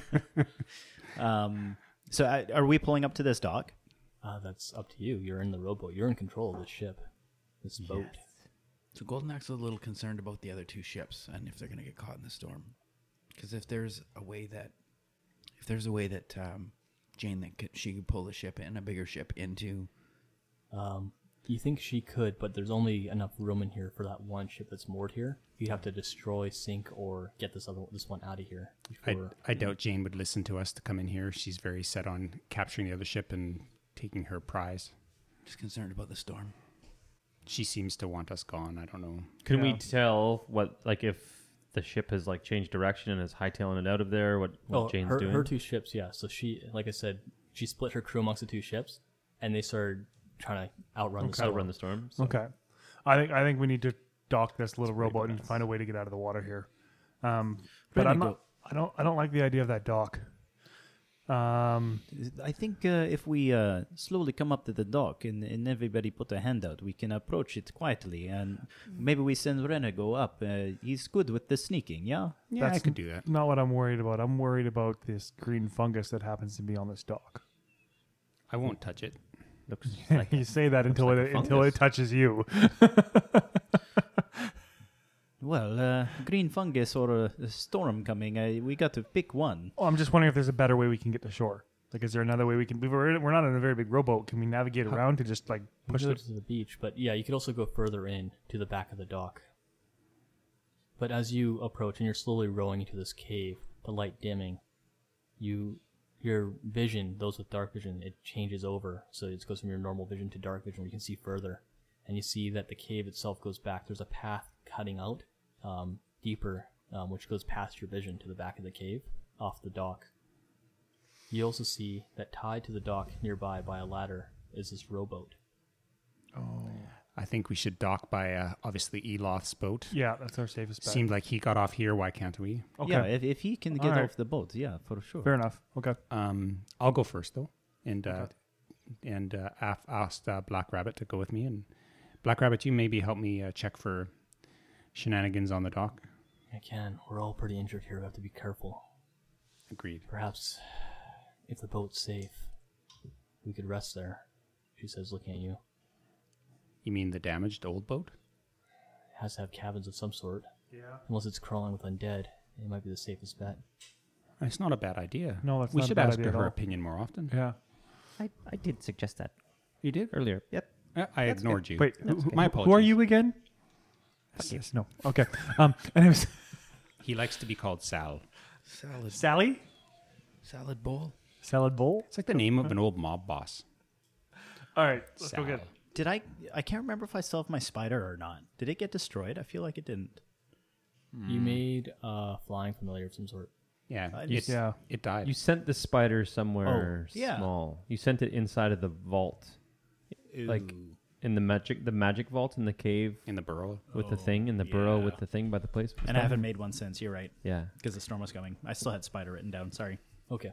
S3: um, so I, are we pulling up to this dock?
S1: uh, that's up to you you're in the rowboat you're in control of this ship this boat
S7: So Golden Axe is a little concerned about the other two ships and if they're going to get caught in the storm, because if there's a way that, if there's a way that um, Jane that could, she could pull the ship in a bigger ship into,
S1: Um, you think she could, but there's only enough room in here for that one ship that's moored here. You'd have to destroy, sink, or get this other this one out of here.
S5: I,
S1: Before,
S5: I doubt Jane would listen to us to come in here. She's very set on capturing the other ship and taking her prize.
S7: just concerned about the storm.
S5: She seems to want us gone. I don't know.
S4: Can we
S6: Yeah.
S4: tell what like if the ship has like changed direction and is hightailing it out of there? What, what
S1: oh,
S4: Jane's
S1: her,
S4: doing?
S1: her two ships, yeah. So she, like I said, she split her crew amongst the two ships, and they started trying to outrun the storm.
S4: Outrun the storm.
S1: Oh.
S4: So
S6: Okay, I think I think we need to dock this little rowboat and find a way to get out of the water here. Um, but I'm not. I don't. I don't like the idea of that dock. Um,
S3: I think uh, if we uh, slowly come up to the dock and, and everybody put a hand out, we can approach it quietly. And
S8: Mm.
S3: maybe we send Renego up. Uh, he's good with the sneaking, yeah?
S5: Yeah, I
S6: That's-
S5: could do that.
S6: not what I'm worried about. I'm worried about this green fungus that happens to be on this dock.
S5: I won't touch it.
S4: Looks like
S6: you say that until
S4: like a
S6: it until
S4: fungus.
S6: it touches you.
S3: Well, uh, green fungus or a, a storm coming. I, we got to pick one.
S6: Oh, I'm just wondering if there's a better way we can get to shore. Like, is there another way we can? We've already, we're not in a very big rowboat. Can we navigate around to just like
S1: You
S6: push
S1: go
S6: the?
S1: to the beach, but yeah, you could also go further in to the back of the dock. But as you approach and you're slowly rowing into this cave, the light dimming, you your vision, those with dark vision, it changes over. So it goes from your normal vision to dark vision where you can see further. And you see that the cave itself goes back. There's a path cutting out um, deeper, um, which goes past your vision to the back of the cave, off the dock. You also see that tied to the dock nearby by a ladder is this rowboat.
S5: I think we should dock by uh, obviously Eloth's boat.
S6: Yeah, that's our safest bet.
S5: Seemed like he got off here. Why can't we?
S6: okay,
S3: Yeah, if, if he can get
S6: Alright.
S3: off the boat, yeah, for sure.
S6: fair enough. Okay,
S5: Um, I'll go first though, and uh, and uh, af- asked uh, Black Rabbit to go with me. And Black Rabbit, you maybe help me uh, check for shenanigans on the dock.
S1: I can. We're all pretty injured here. We have to be careful.
S5: Agreed.
S1: Perhaps if the boat's safe, we could rest there. She says, looking at you. It
S5: You mean the damaged old boat?
S1: has to have cabins of some sort. Yeah. Unless it's crawling with undead, it might be the safest bet.
S5: It's not a bad idea.
S6: No, that's
S5: we
S6: not a
S5: should
S6: bad
S5: ask
S6: idea
S5: her
S6: at
S5: her
S6: all. Uh,
S5: opinion more often.
S6: yeah.
S8: I, I did suggest that.
S5: You did
S4: earlier.
S8: Yep.
S5: Uh, I, I ignored you.
S6: Wait,
S5: Who- who- my apologies.
S6: Who are you again? Yes, yes, no. Okay. Um. Anyways,
S5: He likes to be called Sal.
S7: Salad,
S6: Sally,
S7: salad bowl.
S6: salad bowl.
S5: It's like the name of an old mob boss.
S6: All right, let's
S5: Sal.
S6: go get.
S3: Did I? I can't remember if I still have my spider or not. Did it get destroyed? I feel like it didn't.
S1: You made a flying familiar of some sort.
S5: Yeah,
S3: I
S5: it,
S3: just-
S6: Yeah.
S5: it died.
S4: You sent the spider somewhere
S3: Oh, yeah.
S4: small. You sent it inside of the vault, like in the magic the magic vault in the cave
S5: in the burrow.
S4: with the thing in the burrow with the thing by the place.
S3: Oh, and I haven't made one since. You're right,
S4: Yeah.
S3: because the storm was coming. I still had spider written down. Sorry.
S1: Okay.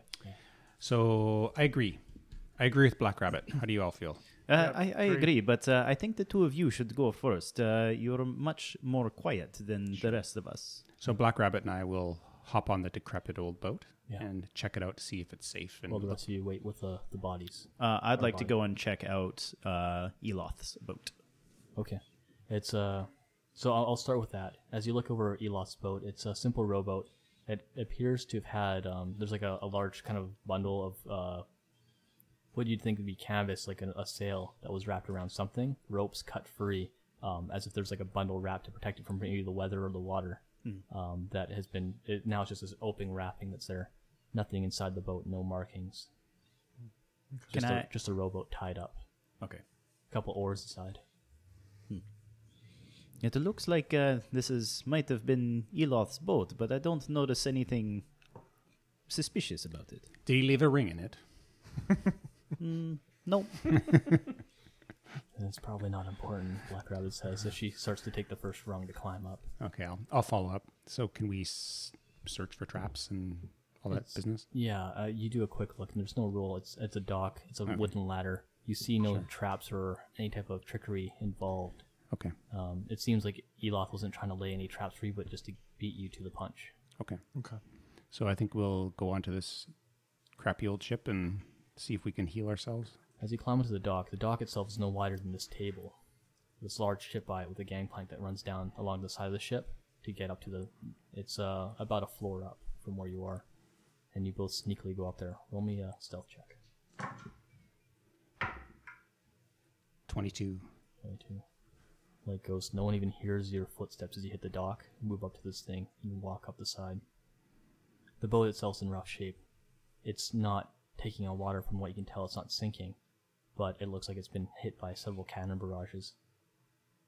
S5: So I agree. I agree with Black Rabbit. How do you all feel?
S3: Uh, I, I agree, but uh, I think the two of you should go first. Uh, you're much more quiet than the rest of us.
S5: So Black Rabbit and I will hop on the decrepit old boat
S1: Yeah.
S5: and check it out to see if it's safe. And
S1: Well, the rest of you wait with the, the bodies.
S3: Uh, I'd like to go and check out uh, Eloth's boat.
S1: Okay. It's uh so I'll, I'll start with that. As you look over Eloth's boat, it's a simple rowboat. It appears to have had um there's like a, a large kind of bundle of uh what you'd think would be canvas, like a, a sail that was wrapped around something, ropes cut free, um, as if there's like a bundle wrapped to protect it from maybe the weather or the water.
S3: Hmm.
S1: Um, that has been it, now it's just this open wrapping that's there. Nothing inside the boat, no markings.
S3: Can
S1: Just a
S3: I-
S1: just a rowboat tied up,
S3: Okay.
S1: a couple oars aside.
S3: It looks like uh, this is might have been Eloth's boat, but I don't notice anything suspicious about it.
S5: Did he leave a ring in it?
S3: No.
S1: And it's probably not important, Black Rabbit says, as she starts to take the first rung to climb up.
S5: Okay, I'll, I'll follow up. So can we s- search for traps and all that business?
S1: Yeah, uh, you do a quick look, and there's no rule. It's it's a dock. It's a wooden ladder. You see no traps or any type of trickery involved.
S5: Okay,
S1: Um, it seems like Eloth wasn't trying to lay any traps for you, but just to beat you to the punch.
S5: okay.
S6: Okay.
S5: So I think we'll go onto this crappy old ship and see if we can heal ourselves.
S1: As you climb into the dock, the dock itself is no wider than this table. This large ship by it with a gangplank that runs down along the side of the ship to get up to the. It's uh, about a floor up from where you are, and you both sneakily go up there. Roll me a stealth check.
S5: Twenty-two.
S1: Twenty two. Like ghost, no one even hears your footsteps as you hit the dock, you move up to this thing, and walk up the side. The boat itself's in rough shape. It's not taking on water from what you can tell, it's not sinking, but it looks like it's been hit by several cannon barrages.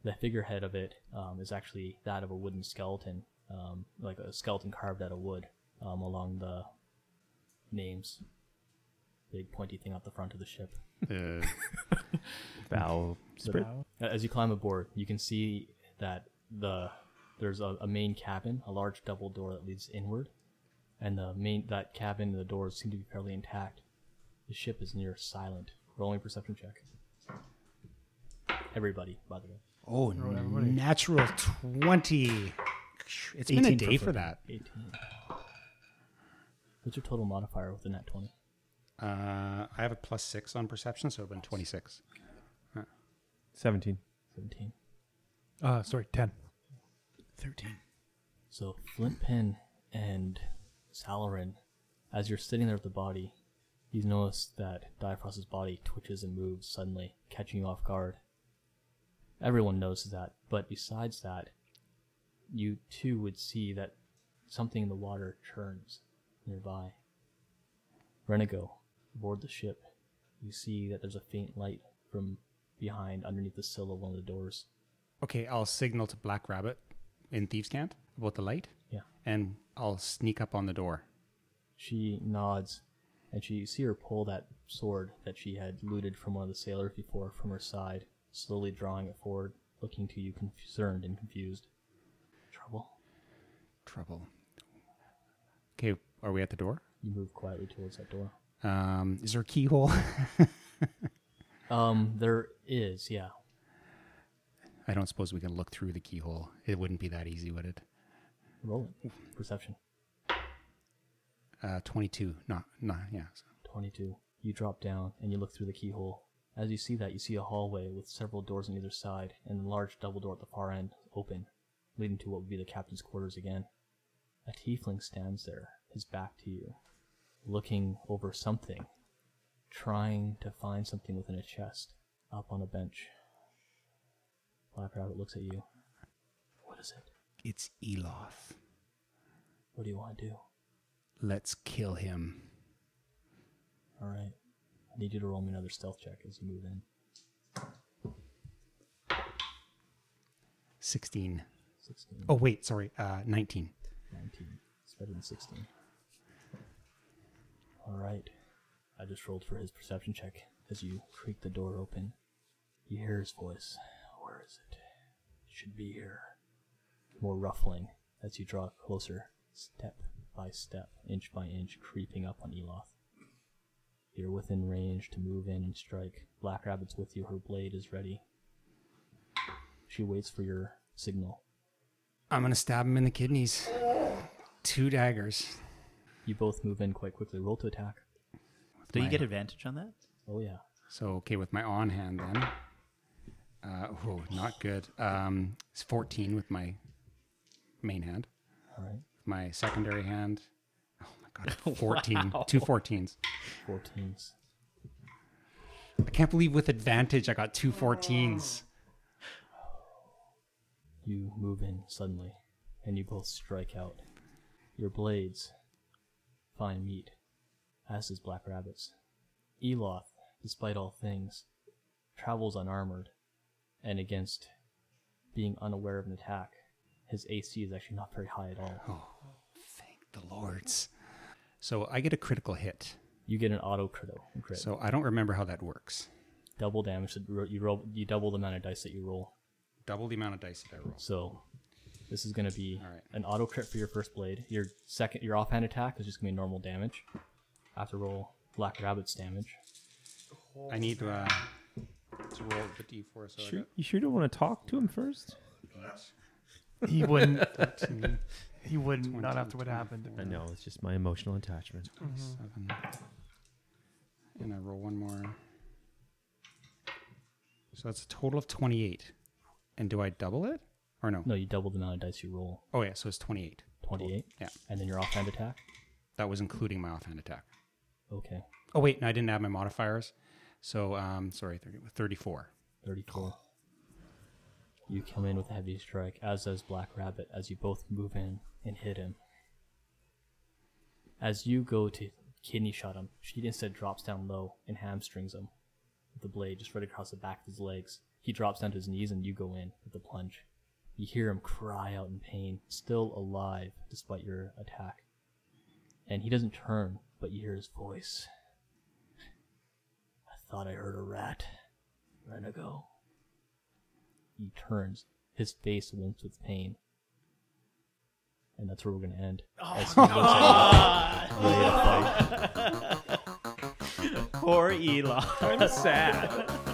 S1: The figurehead of it um, is actually that of a wooden skeleton, um, like a skeleton carved out of wood, um, along the names. Big pointy thing up the front of the ship.
S5: Uh,
S4: Bow.
S1: Uh, As you climb aboard, you can see that the there's a, a main cabin, a large double door that leads inward, and the main that cabin and the doors seem to be fairly intact. The ship is near silent. Rolling perception check. Everybody, by the way.
S5: oh, natural twenty. It's been a
S3: 18
S5: day
S3: for
S5: for that.
S1: 18. What's your total modifier within that 20?
S5: Uh, I have a plus six on perception, so it'd been twenty-six.
S4: Seventeen.
S1: 17.
S6: Uh, sorry, ten.
S7: Thirteen.
S1: So Flint Pin and Salarin, as you're sitting there with the body, you notice that Diaphrost's body twitches and moves suddenly, catching you off guard. Everyone notices that, but besides that, you too would see that something in the water churns nearby. Renigo, aboard the ship, you see that there's a faint light from behind underneath the sill of one of the doors.
S5: Okay, I'll signal to Black Rabbit in Thieves' Cant about the light,
S1: Yeah.
S5: and I'll sneak up on the door.
S1: She nods, and she you see her pull that sword that she had looted from one of the sailors before from her side, slowly drawing it forward, looking to you concerned and confused. Trouble?
S5: Trouble. Okay, are we at the door?
S1: You move quietly towards that door.
S5: Um, is there a keyhole?
S1: Um, there is, yeah.
S5: I don't suppose we can look through the keyhole. It wouldn't be that easy, would it?
S1: Roll it. Perception.
S5: Uh, 22. Not, not, yeah. so-
S1: 22. You drop down and you look through the keyhole. As you see that, you see a hallway with several doors on either side and a large double door at the far end open, leading to what would be the captain's quarters again. A tiefling stands there, his back to you, looking over something, trying to find something within a chest, up on a bench. Black Rabbit looks at you. What is it?
S5: It's Eloth.
S1: What do you want to do?
S5: Let's kill him.
S1: Alright. I need you to roll me another stealth check as you move in.
S5: 16.
S1: 16.
S5: Oh, wait, sorry. Uh, 19.
S1: 19. It's better than 16. Alright. I just rolled for his perception check as you creak the door open. You hear his voice. Where is it? It should be here. More ruffling as you draw closer, step by step, inch by inch, creeping up on Eloth. You're within range to move in and strike. Black Rabbit's with you, her blade is ready. She waits for your signal.
S5: I'm going to stab him in the kidneys. Two daggers.
S1: You both move in quite quickly. Roll to attack.
S3: Do you
S5: My-
S3: get advantage on that?
S1: Oh yeah.
S5: So, okay, with my on hand then. Uh, oh, not good. Um, it's 14 with my main hand.
S1: All right.
S5: My secondary hand. Oh my god, 14. Two 14s.
S1: 14s.
S5: I can't believe with advantage I got two 14s.
S1: You move in suddenly, and you both strike out. Your blades find meat, as does Black Rabbit's. Eloth, despite all things, travels unarmored, and against being unaware of an attack, his AC is actually not very high at all.
S5: Oh, Thank the lords. So I get a critical hit.
S1: You get an auto crito, crit.
S5: So I don't remember how that works.
S1: double damage. that You roll, you roll. You double the amount of dice that you roll.
S5: Double the amount of dice that I roll.
S1: So this is going to be
S5: Alright.
S1: an auto crit for your first blade. Your second, your offhand attack is just going to be normal damage. I have to roll Black Rabbit's damage.
S5: I need to, uh, to roll the d4. So
S4: Sure, you sure don't want to talk to him first?
S6: He wouldn't.
S5: I got 13,
S6: He wouldn't. not after what happened.
S4: I know it's just my emotional attachment.
S5: 7. And I roll one more. So that's a total of 28. And do I double it? Or no?
S1: No, you double the amount of dice you roll.
S5: Oh, yeah, so it's 28.
S1: Twenty-eight.
S5: Yeah.
S1: And then your offhand attack.
S5: That was including my offhand attack.
S1: Okay.
S5: Oh, wait, no, I didn't add my modifiers. So, um, sorry, 30, 34.
S1: 34. You come in with a heavy strike, as does Black Rabbit, as you both move in and hit him. As you go to kidney shot him, she instead drops down low and hamstrings him with the blade just right across the back of his legs. He drops down to his knees, and you go in with the plunge. You hear him cry out in pain, still alive despite your attack. And he doesn't turn, but you hear his voice. I thought I heard a rat. Renego. He turns. His face limps with pain. And that's where we're going to end. As he looks
S3: Ah!
S1: at you. Really a fight.
S3: Poor Elon.
S4: Kind of sad.